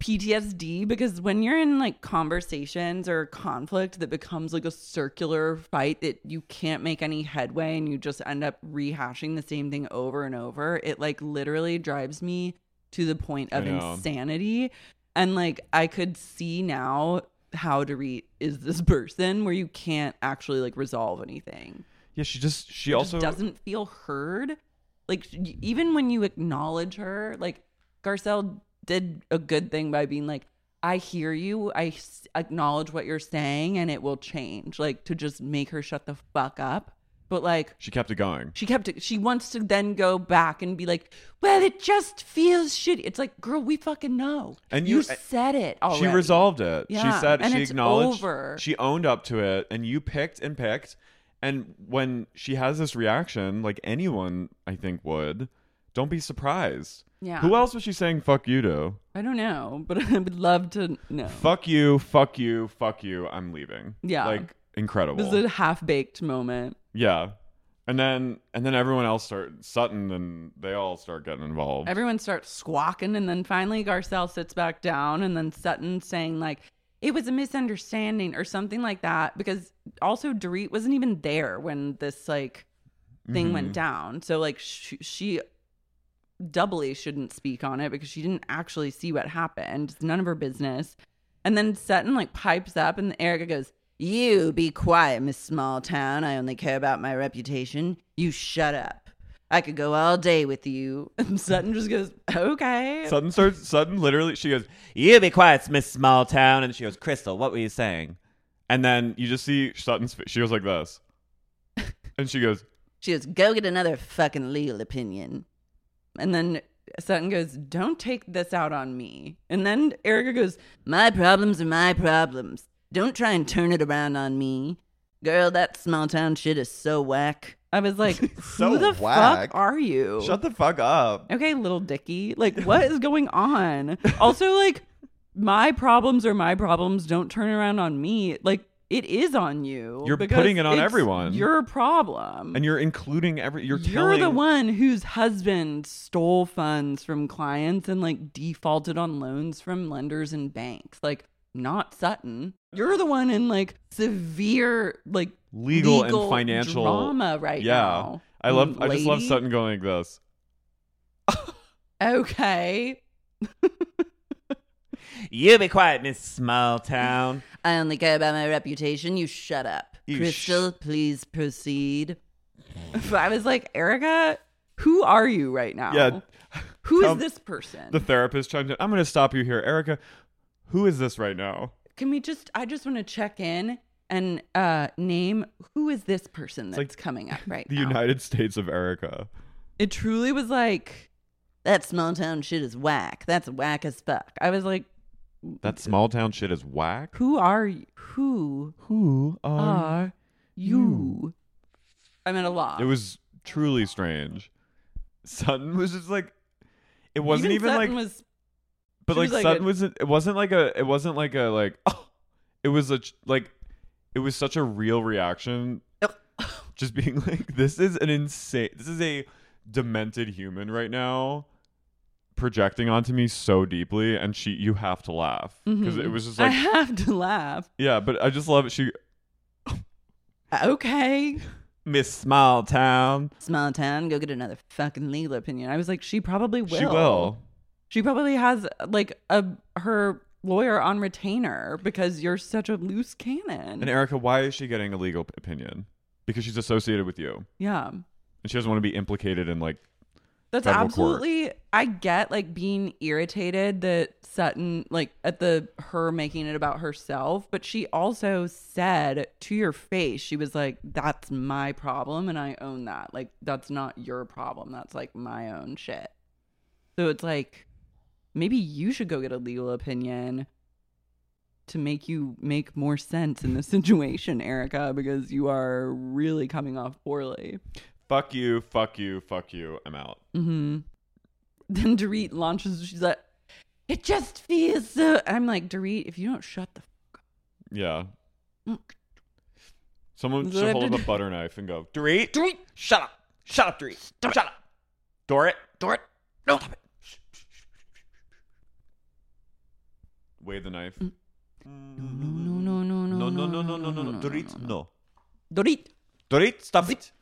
[SPEAKER 2] PTSD because when you're in like conversations or conflict that becomes like a circular fight that you can't make any headway and you just end up rehashing the same thing over and over, it like literally drives me to the point
[SPEAKER 1] I
[SPEAKER 2] of
[SPEAKER 1] know.
[SPEAKER 2] insanity. And like I could see now how to read is this person where you can't actually like resolve anything.
[SPEAKER 1] yeah, she just she
[SPEAKER 2] It
[SPEAKER 1] also
[SPEAKER 2] just doesn't feel heard. Like y- even when you acknowledge her, like Garcelle did a good thing by being like, "I hear you. I s- acknowledge what you're saying, and it will change." Like to just make her shut the fuck up. But like
[SPEAKER 1] she kept it going.
[SPEAKER 2] she kept it. She wants to then go back and be like, "Well, it just feels shitty." It's like, girl, we fucking know.
[SPEAKER 1] And
[SPEAKER 2] you,
[SPEAKER 1] you- uh,
[SPEAKER 2] said it already.
[SPEAKER 1] She resolved it.
[SPEAKER 2] Yeah,
[SPEAKER 1] She said
[SPEAKER 2] and
[SPEAKER 1] she
[SPEAKER 2] it's
[SPEAKER 1] acknowledged
[SPEAKER 2] over.
[SPEAKER 1] she owned up to it and you picked and picked. And when she has this reaction, like anyone I think would, don't be surprised.
[SPEAKER 2] Yeah.
[SPEAKER 1] Who else was she saying fuck you to?
[SPEAKER 2] I don't know, but I would love to know.
[SPEAKER 1] fuck you, fuck you, fuck you, I'm leaving.
[SPEAKER 2] Yeah.
[SPEAKER 1] Like
[SPEAKER 2] This
[SPEAKER 1] incredible.
[SPEAKER 2] is a half baked moment.
[SPEAKER 1] yeah. And then and then everyone else start Sutton and they all start getting involved.
[SPEAKER 2] Everyone starts squawking, and then finally Garcelle sits back down, and then Sutton saying like it was a misunderstanding or something like that. Because also Dorit wasn't even there when this like thing
[SPEAKER 1] Mhm.
[SPEAKER 2] went down. So like sh- she doubly shouldn't speak on it because she didn't actually see what happened. It's none of her business. And then Sutton like pipes up and Erica goes, "You be quiet, Miss Small Town. I only care about my reputation. You shut up. I could go all day with you." And Sutton just goes, "Okay."
[SPEAKER 3] Sutton starts. Sutton literally, she goes, "You be quiet, Miss Small Town," and she goes, "Crystal, what were you saying?"
[SPEAKER 1] And then you just see Sutton's. fa- She goes like this, and she goes,
[SPEAKER 2] She goes, Go get another fucking legal opinion. And then Sutton goes, Don't take this out on me. And then Erica goes, My problems are my problems. Don't try and turn it around on me. Girl, that small town shit is so whack. I was like,
[SPEAKER 3] So
[SPEAKER 2] Who the
[SPEAKER 5] whack.
[SPEAKER 2] fuck are you?
[SPEAKER 3] Shut the fuck up.
[SPEAKER 2] okay, little Dicky. Like, what is going on? Also, like, my problems are my problems. Don't turn around on me. Like, it is on you.
[SPEAKER 1] You're
[SPEAKER 2] because
[SPEAKER 1] putting it on
[SPEAKER 2] it's
[SPEAKER 1] everyone.
[SPEAKER 2] Your problem
[SPEAKER 1] and you're including every. You're,
[SPEAKER 2] you're
[SPEAKER 1] telling
[SPEAKER 2] the one whose husband stole funds from clients and like defaulted on loans from lenders and banks like not sutton you're the one in like severe like
[SPEAKER 1] legal, and financial
[SPEAKER 2] drama right
[SPEAKER 1] yeah.
[SPEAKER 2] now
[SPEAKER 1] I love. I just love
[SPEAKER 2] lady.
[SPEAKER 1] Sutton going like this.
[SPEAKER 2] okay
[SPEAKER 3] You be quiet, Miss Small Town.
[SPEAKER 2] i only care about my reputation you shut up
[SPEAKER 3] You sh-
[SPEAKER 2] crystal please proceed but i was like erica who are you right now
[SPEAKER 1] Yeah.
[SPEAKER 2] who is
[SPEAKER 1] Tell-
[SPEAKER 2] this person
[SPEAKER 1] The therapist chimes in. I'm going to stop you here, Erica. Who is this right now?
[SPEAKER 2] can we just i just want to check in and uh name who is this person that's
[SPEAKER 1] like
[SPEAKER 2] coming up right
[SPEAKER 1] The
[SPEAKER 2] now
[SPEAKER 1] United States of Erica.
[SPEAKER 2] it truly was like that small town shit is whack that's whack as fuck i was like
[SPEAKER 1] That small town shit is whack.
[SPEAKER 2] who are you who
[SPEAKER 1] Who are?
[SPEAKER 2] are you Hmm. i'm at a loss
[SPEAKER 1] It was truly strange. Sutton was just like. It wasn't even,
[SPEAKER 2] Sutton
[SPEAKER 1] like.
[SPEAKER 2] was
[SPEAKER 1] but
[SPEAKER 2] she
[SPEAKER 1] like
[SPEAKER 2] was like
[SPEAKER 1] Sutton
[SPEAKER 2] a-
[SPEAKER 1] wasn't. It wasn't like a. It wasn't like a like. Oh, it was a ch- like. It was such a real reaction. Just being like, this is an insane. This is a demented human right now, projecting onto me so deeply, and she. You have to laugh because it
[SPEAKER 2] Mhm.
[SPEAKER 1] was just
[SPEAKER 2] i
[SPEAKER 1] like.
[SPEAKER 2] have to laugh
[SPEAKER 1] Yeah, but I just love it. She
[SPEAKER 2] okay
[SPEAKER 3] Miss Small Town.
[SPEAKER 2] small town go get another fucking legal opinion i was like she probably will
[SPEAKER 1] she will.
[SPEAKER 2] She probably has like a her lawyer on retainer because you're such a loose cannon.
[SPEAKER 1] And Erica, why is she getting a legal p- opinion? Because she's associated with you,
[SPEAKER 2] yeah.
[SPEAKER 1] and she doesn't want to be implicated in like.
[SPEAKER 2] That's
[SPEAKER 1] Federal court.
[SPEAKER 2] absolutely I get like being irritated that Sutton like at the her making it about herself, but she also said to your face, she was like, That's my problem and I own that. Like that's not your problem. That's like my own shit. So it's like maybe you should go get a legal opinion to make you make more sense in the situation, Erica, because you are really coming off poorly.
[SPEAKER 1] Fuck you, fuck you, fuck you. I'm out.
[SPEAKER 2] Mm-hmm. Then Dorit launches. She's like, "It just feels so." I'm like, Dorit, if you don't shut the,
[SPEAKER 1] Yeah.
[SPEAKER 3] Mm.
[SPEAKER 1] Someone
[SPEAKER 2] Does it
[SPEAKER 1] should
[SPEAKER 2] have
[SPEAKER 1] hold
[SPEAKER 2] to
[SPEAKER 1] up a
[SPEAKER 2] do-
[SPEAKER 1] butter knife and go.
[SPEAKER 3] Dorit. Dorit. Shut up. Shut up, Dorit. Shut up. Dorit. Dorit. No, stop it.
[SPEAKER 1] Wave the knife.
[SPEAKER 2] no, no, no, no, no,
[SPEAKER 3] No, no, no, no, no, Mm, no, no. Dorit, no.
[SPEAKER 2] Dorit.
[SPEAKER 3] Dorit, stop it.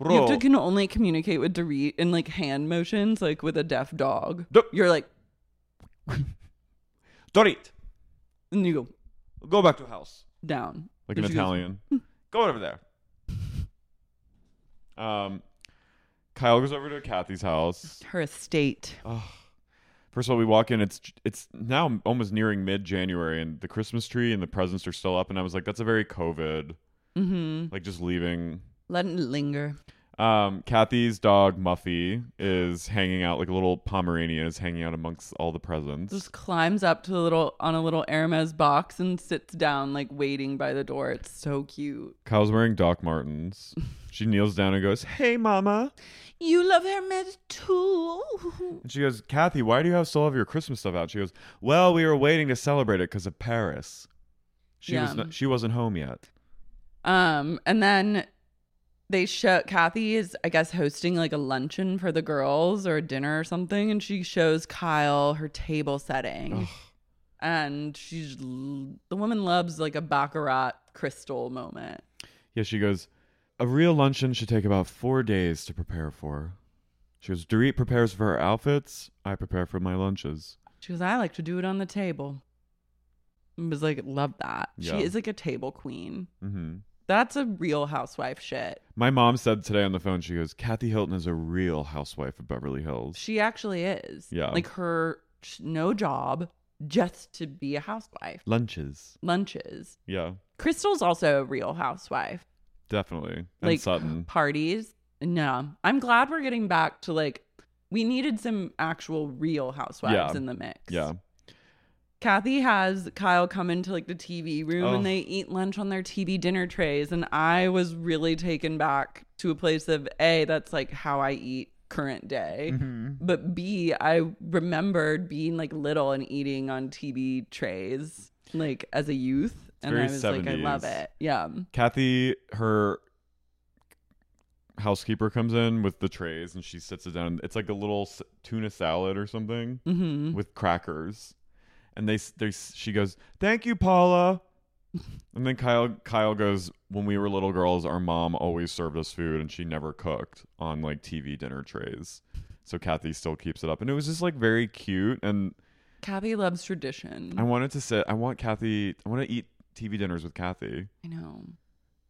[SPEAKER 2] You have
[SPEAKER 3] Roll.
[SPEAKER 2] to can only communicate with Dorit in like hand motions, like with a deaf dog.
[SPEAKER 3] Dup.
[SPEAKER 2] You're like,
[SPEAKER 3] Dorit,
[SPEAKER 2] and you go
[SPEAKER 3] go back to house.
[SPEAKER 2] down.
[SPEAKER 1] Like
[SPEAKER 2] And
[SPEAKER 1] an
[SPEAKER 2] she goes,
[SPEAKER 1] Italian.
[SPEAKER 3] Go over there.
[SPEAKER 1] Um, Kyle goes over to Kathy's house.
[SPEAKER 2] Her estate.
[SPEAKER 1] Uh. First of all, we walk in. It's it's now almost nearing mid January, and the Christmas tree and the presents are still up. And I was like, that's a very COVID,
[SPEAKER 2] Mm-hmm.
[SPEAKER 1] like just leaving.
[SPEAKER 2] Let it linger.
[SPEAKER 1] Um, Kathy's dog Muffy is hanging out like a little Pomeranian is hanging out amongst all the presents.
[SPEAKER 2] Just climbs up to the little on a little Hermes box and sits down, like waiting by the door. It's so cute.
[SPEAKER 1] Kyle's wearing Doc Martens. She kneels down and goes, "Hey, Mama."
[SPEAKER 2] You love Hermes too.
[SPEAKER 1] And she goes, Kathy, why do you have still have your Christmas stuff out? She goes, Well, we were waiting to celebrate it because of Paris. She was
[SPEAKER 2] Yum.
[SPEAKER 1] not, she wasn't home yet.
[SPEAKER 2] Um, and then they show Kathy is, I guess, hosting like a luncheon for the girls or a dinner or something, and she shows Kyle her table setting, and she's l- the woman loves like a baccarat crystal moment.
[SPEAKER 1] Yeah, she goes, A real luncheon should take about four days to prepare for. She goes, Dorit prepares for her outfits. I prepare for my lunches.
[SPEAKER 2] She goes, I like to do it on the table. I was like, love that.
[SPEAKER 1] Yeah.
[SPEAKER 2] She is like a table queen.
[SPEAKER 1] hmm
[SPEAKER 2] That's a real housewife shit.
[SPEAKER 1] My mom said today on the phone, she goes, Kathy Hilton is a real housewife of Beverly Hills.
[SPEAKER 2] She actually is.
[SPEAKER 1] Yeah.
[SPEAKER 2] Like her, sh- no job, just to be a housewife.
[SPEAKER 1] Lunches.
[SPEAKER 2] Lunches.
[SPEAKER 1] Yeah,
[SPEAKER 2] Crystal's also a real housewife.
[SPEAKER 1] definitely. And
[SPEAKER 2] like
[SPEAKER 1] Sutton.
[SPEAKER 2] parties. No, I'm glad we're getting back to like, we needed some actual real housewives
[SPEAKER 1] Yeah.
[SPEAKER 2] in the mix.
[SPEAKER 1] Yeah.
[SPEAKER 2] Kathy has Kyle come into like the TV room
[SPEAKER 1] Oh.
[SPEAKER 2] and they eat lunch on their TV dinner trays. And I was really taken back to a place of A, that's like how I eat current day.
[SPEAKER 1] Mm-hmm.
[SPEAKER 2] But B, I remembered being like little and eating on TV trays like as a youth. and I
[SPEAKER 1] very
[SPEAKER 2] was like, I love
[SPEAKER 1] 70s.
[SPEAKER 2] it. Yeah.
[SPEAKER 1] Kathy, her housekeeper comes in with the trays and she sits it down. It's like a little s- tuna salad or something
[SPEAKER 2] hmm
[SPEAKER 1] with crackers. And they, s- they, s- she goes, "Thank you, Paula." and then Kyle, Kyle goes, "When we were little girls, our mom always served us food, and she never cooked on like TV dinner trays." So Kathy still keeps it up, and it was just like very cute. And
[SPEAKER 2] Kathy loves tradition.
[SPEAKER 1] I wanted to sit. I want Kathy. I want to eat TV dinners with Kathy,
[SPEAKER 2] I know.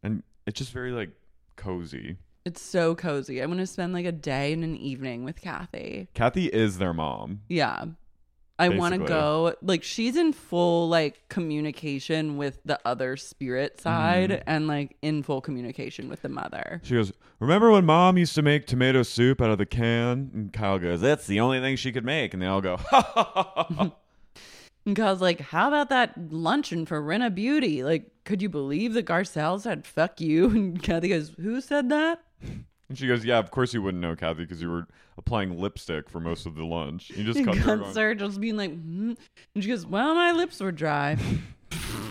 [SPEAKER 1] and it's just very like cozy.
[SPEAKER 2] It's so cozy. I want to spend like a day and an evening with Kathy.
[SPEAKER 1] Kathy is their mom.
[SPEAKER 2] Yeah. I want to
[SPEAKER 1] Basically.
[SPEAKER 2] go. Like, she's in full, like, communication with the other spirit
[SPEAKER 1] Mm-hmm.
[SPEAKER 2] side and, like, in full communication with the mother.
[SPEAKER 1] She goes, Remember when mom used to make tomato soup out of the can? And Kyle goes, That's the only thing she could make. And they all go,
[SPEAKER 2] And Kyle's like, how about that luncheon for Rena Beauty? Like, could you believe that Garcelle said, fuck you? And Kathy goes, who said that?
[SPEAKER 1] And she goes, Yeah, of course you wouldn't know, Kathy, because you were applying lipstick for most of the lunch. You just
[SPEAKER 2] And
[SPEAKER 1] cut her.
[SPEAKER 2] Gunther just being like, hmm. and she goes, "Well, my lips were dry."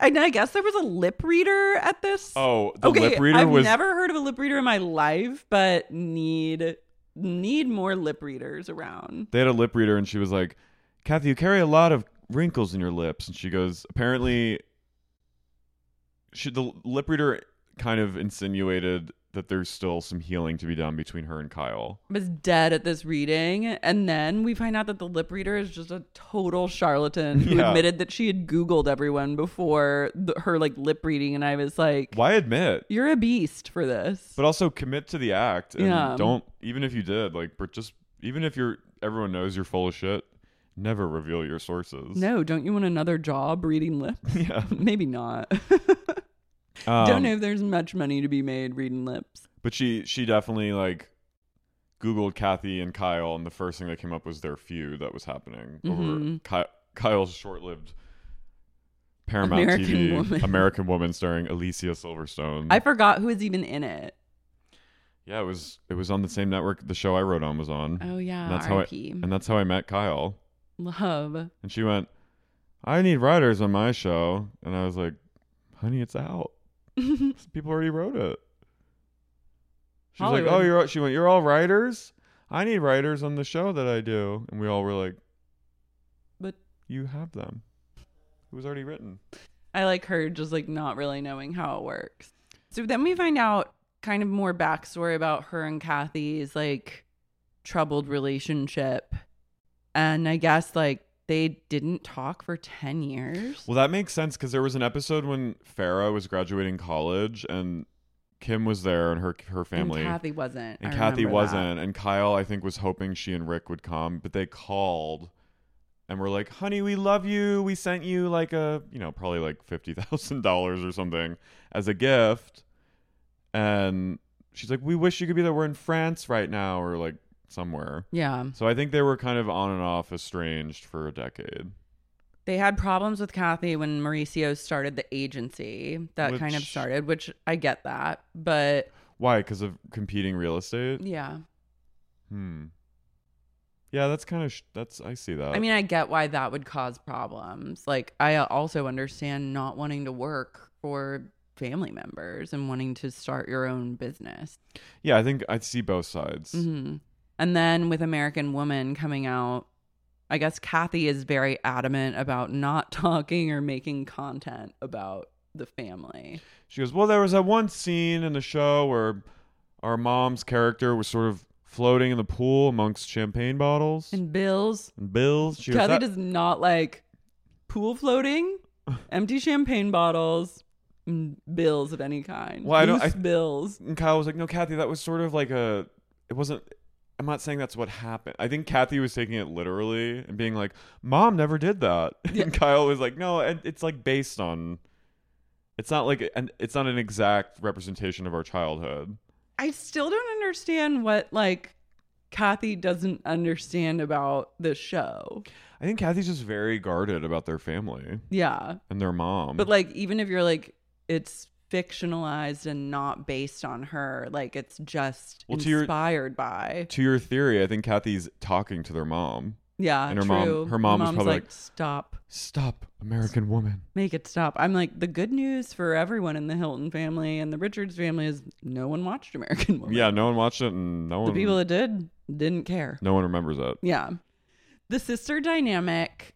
[SPEAKER 2] and I guess there was a lip reader at this.
[SPEAKER 1] Oh, the
[SPEAKER 2] okay,
[SPEAKER 1] lip reader
[SPEAKER 2] I've
[SPEAKER 1] was.
[SPEAKER 2] never heard of a lip reader in my life, but need need more lip readers around.
[SPEAKER 1] They had a lip reader, and she was like, Kathy, you carry a lot of wrinkles in your lips. And she goes, Apparently, she, the lip reader kind of insinuated that there's still some healing to be done between her and Kyle.
[SPEAKER 2] I was dead at this reading, and then we find out that the lip reader is just a total charlatan who
[SPEAKER 1] Yeah.
[SPEAKER 2] admitted that she had Googled everyone before the, her like lip reading, and I was like,
[SPEAKER 1] Why admit?
[SPEAKER 2] "You're a beast for this."
[SPEAKER 1] but also commit to the act and
[SPEAKER 2] Yeah.
[SPEAKER 1] don't even if you did like but just even if you're everyone knows you're full of shit never reveal your sources
[SPEAKER 2] No, don't you want another job reading lips?
[SPEAKER 1] Yeah.
[SPEAKER 2] Maybe not.
[SPEAKER 1] Um,
[SPEAKER 2] don't know if there's much money to be made reading lips.
[SPEAKER 1] but she she definitely like googled kathy and kyle and the first thing that came up was their feud that was happening over
[SPEAKER 2] Mhm.
[SPEAKER 1] Ky- kyle's short-lived paramount
[SPEAKER 2] American
[SPEAKER 1] tv
[SPEAKER 2] Woman.
[SPEAKER 1] american woman starring alicia silverstone
[SPEAKER 2] I forgot who is even in it.
[SPEAKER 1] yeah it was it was on the same network the show i wrote on was on
[SPEAKER 2] Oh yeah,
[SPEAKER 1] and that's how I,
[SPEAKER 2] R.I.P.
[SPEAKER 1] and that's how i met kyle
[SPEAKER 2] Love.
[SPEAKER 1] And she went, I need writers on my show. And I was like, honey, it's out. People already wrote it. She was like,
[SPEAKER 2] Hollywood.
[SPEAKER 1] oh, you're, all-" she went, you're all writers? I need writers on the show that I do. And we all were like,
[SPEAKER 2] But
[SPEAKER 1] you have them. It was already written.
[SPEAKER 2] I like her just like not really knowing how it works. So then we find out kind of more backstory about her and Kathy's like troubled relationship. And I guess like they didn't talk for 10 years.
[SPEAKER 1] Well, that makes sense because there was an episode when Farah was graduating college and Kim was there and her her family.
[SPEAKER 2] And Kathy wasn't.
[SPEAKER 1] and
[SPEAKER 2] I
[SPEAKER 1] Kathy
[SPEAKER 2] remember that.
[SPEAKER 1] wasn't, and Kyle I think was hoping she and Rick would come, but they called and were like, "Honey, we love you. We sent you like a you know probably like fifty thousand dollars or something as a gift," and she's like, "We wish you could be there. We're in France right now, or like somewhere."
[SPEAKER 2] Yeah.
[SPEAKER 1] So I think they were kind of on and off estranged for a decade.
[SPEAKER 2] They had problems with Kathy when Mauricio started the agency that kind of
[SPEAKER 1] Which-
[SPEAKER 2] started, which I get that. But
[SPEAKER 1] Why? Because of competing real estate.
[SPEAKER 2] yeah,
[SPEAKER 1] Hmm. Yeah, that's kind of sh- that's I see that.
[SPEAKER 2] I mean, I get why that would cause problems. Like, I also understand not wanting to work for family members and wanting to start your own business.
[SPEAKER 1] yeah, I think I see both sides.
[SPEAKER 2] hmm And then with American Woman coming out, I guess Kathy is very adamant about not talking or making content about the family.
[SPEAKER 1] She goes, Well, there was that one scene in the show where our mom's character was sort of floating in the pool amongst champagne bottles and
[SPEAKER 2] And Bill's
[SPEAKER 1] bills. She goes,
[SPEAKER 2] Kathy
[SPEAKER 1] "That-
[SPEAKER 2] does not like pool floating, empty champagne bottles, and bills of any kind.
[SPEAKER 1] Well, I don't- I-
[SPEAKER 2] Loose bills.
[SPEAKER 1] And Kyle was like, No, Kathy, that was sort of like a. It wasn't. I'm not saying that's what happened. I think Kathy was taking it literally and being like, Mom never did that.
[SPEAKER 2] Yeah.
[SPEAKER 1] And Kyle was like, No, and it's like based on. It's not like an, it's not an exact representation of our childhood.
[SPEAKER 2] I still don't understand what like Kathy doesn't understand about the show.
[SPEAKER 1] I think Kathy's just very guarded about their family
[SPEAKER 2] Yeah.
[SPEAKER 1] and their mom.
[SPEAKER 2] But like even if you're like it's fictionalized and not based on her, like it's just
[SPEAKER 1] Well, to your-
[SPEAKER 2] inspired by.
[SPEAKER 1] to your theory, I think Kathy's talking to their mom.
[SPEAKER 2] Yeah.
[SPEAKER 1] and her
[SPEAKER 2] true.
[SPEAKER 1] mom- her mom was
[SPEAKER 2] mom's
[SPEAKER 1] probably like,
[SPEAKER 2] stop.
[SPEAKER 1] Stop, American woman.
[SPEAKER 2] Make it stop. I'm like, the good news for everyone in the Hilton family and the Richards family is no one watched American Woman.
[SPEAKER 1] Yeah, no one watched it, and no
[SPEAKER 2] The
[SPEAKER 1] one.
[SPEAKER 2] people that did didn't care.
[SPEAKER 1] no one remembers it.
[SPEAKER 2] Yeah. The sister dynamic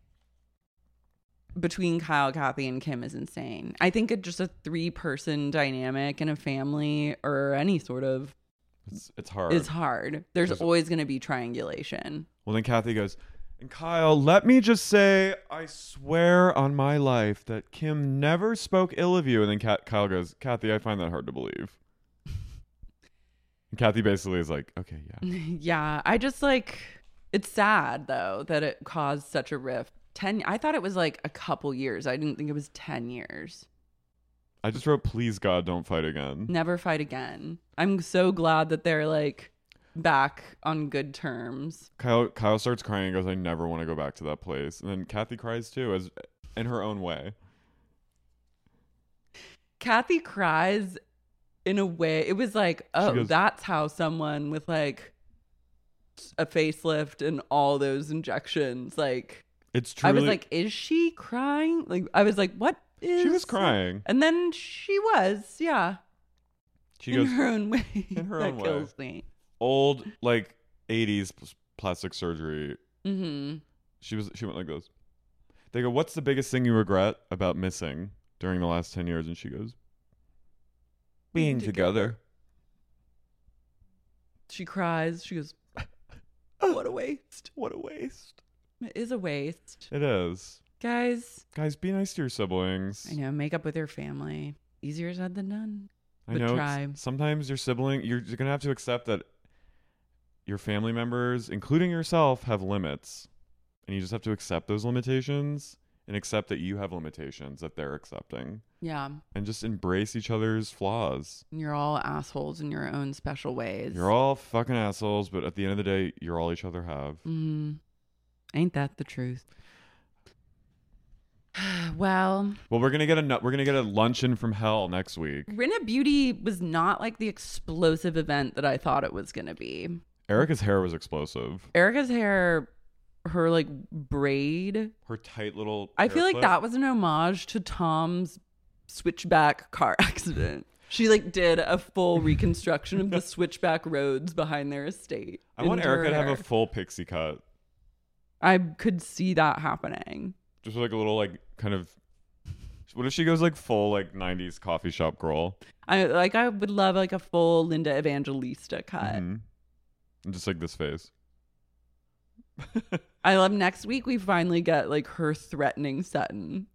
[SPEAKER 2] between Kyle, Kathy, and Kim is insane. I think it just a three person dynamic in a family or any sort of
[SPEAKER 1] It's, it's hard.
[SPEAKER 2] is hard. There's always going to be triangulation.
[SPEAKER 1] Well, then Kathy goes, and Kyle, let me just say, I swear on my life that Kim never spoke ill of you. And then Kat, Kyle goes, Kathy, I find that hard to believe. and Kathy basically is like, okay, yeah.
[SPEAKER 2] yeah. I just like, it's sad though that it caused such a rift. 10 I thought it was like a couple years. I didn't think it was 10 years.
[SPEAKER 1] I just wrote, please God, don't fight again.
[SPEAKER 2] Never fight again. I'm so glad that they're like back on good terms.
[SPEAKER 1] Kyle Kyle starts crying and goes, "I never want to go back to that place." And then Kathy cries too, as in her own way.
[SPEAKER 2] Kathy cries in a way. It was like, oh,
[SPEAKER 1] goes-
[SPEAKER 2] that's how someone with like a facelift and all those injections. Like,
[SPEAKER 1] It's
[SPEAKER 2] I
[SPEAKER 1] truly.
[SPEAKER 2] was like, is she crying? Like, I was like, what is?
[SPEAKER 1] she was crying.
[SPEAKER 2] and then she was, yeah,
[SPEAKER 1] She
[SPEAKER 2] in
[SPEAKER 1] goes
[SPEAKER 2] her own way.
[SPEAKER 1] in her
[SPEAKER 2] that
[SPEAKER 1] own way.
[SPEAKER 2] kills me.
[SPEAKER 1] old like '80s p- plastic surgery.
[SPEAKER 2] Mm-hmm.
[SPEAKER 1] She was. She went like this. They go, "What's the biggest thing you regret about missing during the last ten years?" And she goes, "Being together."
[SPEAKER 2] She cries. She goes, what a waste.
[SPEAKER 1] What a waste.
[SPEAKER 2] It is a waste,
[SPEAKER 1] It is.
[SPEAKER 2] guys.
[SPEAKER 1] Guys, be nice to your siblings.
[SPEAKER 2] I know. Make up with your family. Easier said than done.
[SPEAKER 1] I
[SPEAKER 2] But
[SPEAKER 1] know it's-
[SPEAKER 2] try.
[SPEAKER 1] sometimes your sibling, you're, you're gonna have to accept that your family members, including yourself, have limits, and you just have to accept those limitations and accept that you have limitations that they're accepting,
[SPEAKER 2] Yeah.
[SPEAKER 1] and just embrace each other's flaws.
[SPEAKER 2] And You're all assholes in your own special ways.
[SPEAKER 1] You're all fucking assholes, but at the end of the day, you're all each other have.
[SPEAKER 2] Mm. Ain't that the truth? well,
[SPEAKER 1] Well, we're gonna get a nu- we're gonna get a luncheon from hell next week.
[SPEAKER 2] Rinna Beauty was not like the explosive event that I thought it was going to be.
[SPEAKER 1] Erica's hair was explosive.
[SPEAKER 2] Erica's hair, her like braid,
[SPEAKER 1] Her tight little.
[SPEAKER 2] I
[SPEAKER 1] hair
[SPEAKER 2] feel like
[SPEAKER 1] clip.
[SPEAKER 2] that was an homage to Tom's switchback car accident. She like did a full reconstruction of the switchback roads behind their estate.
[SPEAKER 1] I want
[SPEAKER 2] into her
[SPEAKER 1] Erica to have
[SPEAKER 2] hair.
[SPEAKER 1] a full pixie cut,
[SPEAKER 2] I could see that happening.
[SPEAKER 1] just with like a little like kind of what if she goes like full like 90s coffee shop girl
[SPEAKER 2] I like I would love like a full Linda Evangelista cut.
[SPEAKER 1] Mhm. And just like this face
[SPEAKER 2] I love next week we finally get like her threatening Sutton.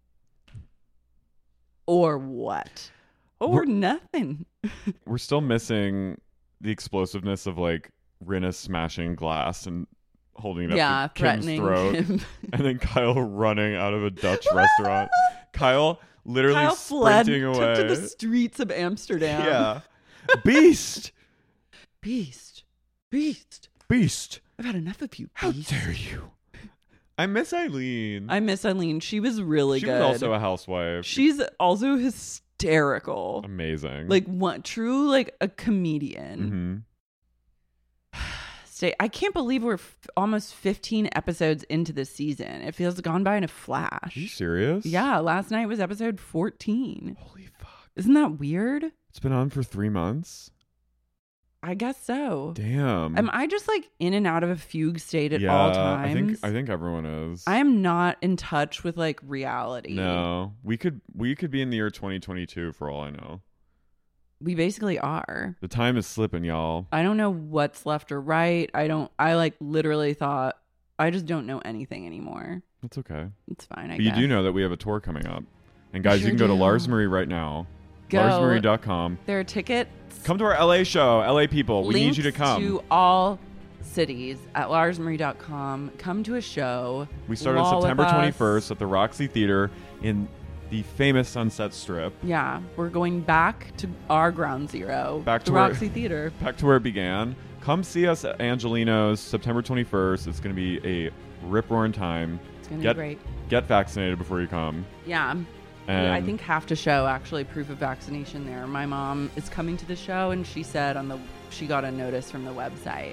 [SPEAKER 2] Or what? Or
[SPEAKER 1] We're-
[SPEAKER 2] nothing.
[SPEAKER 1] we're still missing the explosiveness of like Rinna smashing glass and holding it
[SPEAKER 2] Yeah,
[SPEAKER 1] up to Kim's
[SPEAKER 2] threatening
[SPEAKER 1] throat
[SPEAKER 2] him.
[SPEAKER 1] and then Kyle running out of a Dutch restaurant Kyle literally
[SPEAKER 2] Kyle fled
[SPEAKER 1] sprinting away
[SPEAKER 2] took to the streets of Amsterdam.
[SPEAKER 1] yeah beast
[SPEAKER 2] Beast. Beast.
[SPEAKER 1] beast
[SPEAKER 2] I've had enough of you.
[SPEAKER 1] how
[SPEAKER 2] beast.
[SPEAKER 1] dare you I miss Eileen
[SPEAKER 2] I miss Eileen. She was really
[SPEAKER 1] she
[SPEAKER 2] good.
[SPEAKER 1] was also a housewife
[SPEAKER 2] She's also hysterical.
[SPEAKER 1] amazing
[SPEAKER 2] Like one true like a comedian.
[SPEAKER 1] hmm
[SPEAKER 2] Stay. I can't believe we're f- almost 15 episodes into this season. It feels gone by in
[SPEAKER 1] Are
[SPEAKER 2] a
[SPEAKER 1] you
[SPEAKER 2] flash.
[SPEAKER 1] serious?
[SPEAKER 2] Yeah, last night was episode 14.
[SPEAKER 1] Holy fuck.
[SPEAKER 2] Isn't that weird?
[SPEAKER 1] It's been on for three months.
[SPEAKER 2] I guess so.
[SPEAKER 1] Damn.
[SPEAKER 2] Am I just like in and out of a fugue state at all times?
[SPEAKER 1] I think I think everyone is.
[SPEAKER 2] I am not in touch with like reality.
[SPEAKER 1] No, we could we could be in the year 2022 for all I know.
[SPEAKER 2] We basically are.
[SPEAKER 1] The time is slipping, y'all.
[SPEAKER 2] I don't know what's left or right. I don't I like literally thought I just don't know anything anymore.
[SPEAKER 1] That's okay.
[SPEAKER 2] It's fine, I
[SPEAKER 1] But you
[SPEAKER 2] guess.
[SPEAKER 1] do know that we have a tour coming up, and guys,
[SPEAKER 2] sure
[SPEAKER 1] you can go to
[SPEAKER 2] do.
[SPEAKER 1] Lars Marie right now.
[SPEAKER 2] Go.
[SPEAKER 1] LarsMarie.com.
[SPEAKER 2] There are tickets
[SPEAKER 1] Come to our LA show, LA people. We need
[SPEAKER 2] links
[SPEAKER 1] you to come.
[SPEAKER 2] to all cities at larsmarie.com. Come to a show.
[SPEAKER 1] we start on
[SPEAKER 2] Law with
[SPEAKER 1] September
[SPEAKER 2] us.
[SPEAKER 1] 21st at the Roxy Theater in the famous Sunset Strip.
[SPEAKER 2] Yeah, we're going back to our ground zero,
[SPEAKER 1] Back
[SPEAKER 2] the
[SPEAKER 1] to where-
[SPEAKER 2] Roxy Theater.
[SPEAKER 1] back to where it began. Come see us at Angelino's September 21st. It's going to be a rip roaring time. It's
[SPEAKER 2] gonna be
[SPEAKER 1] get,
[SPEAKER 2] great.
[SPEAKER 1] Get vaccinated before you come.
[SPEAKER 2] Yeah.
[SPEAKER 1] And
[SPEAKER 2] I think have to show actually proof of vaccination there. My mom is coming to the show and she said on the she got a notice from the website.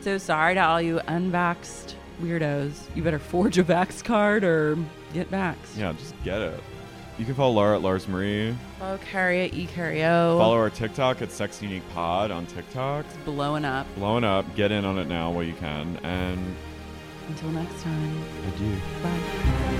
[SPEAKER 2] So sorry to all you unvaxxed weirdos. You better forge a vax card or get vaxxed.
[SPEAKER 1] Yeah, just get it. You can follow Laura at Lars Marie.
[SPEAKER 2] Follow Carrie at eCario.
[SPEAKER 1] Follow our TikTok at Sex Unique Pod on TikTok.
[SPEAKER 2] blowing up.
[SPEAKER 1] Blowing up. Get in on it now while you can. And
[SPEAKER 2] Until next time.
[SPEAKER 1] adieu.
[SPEAKER 2] Bye.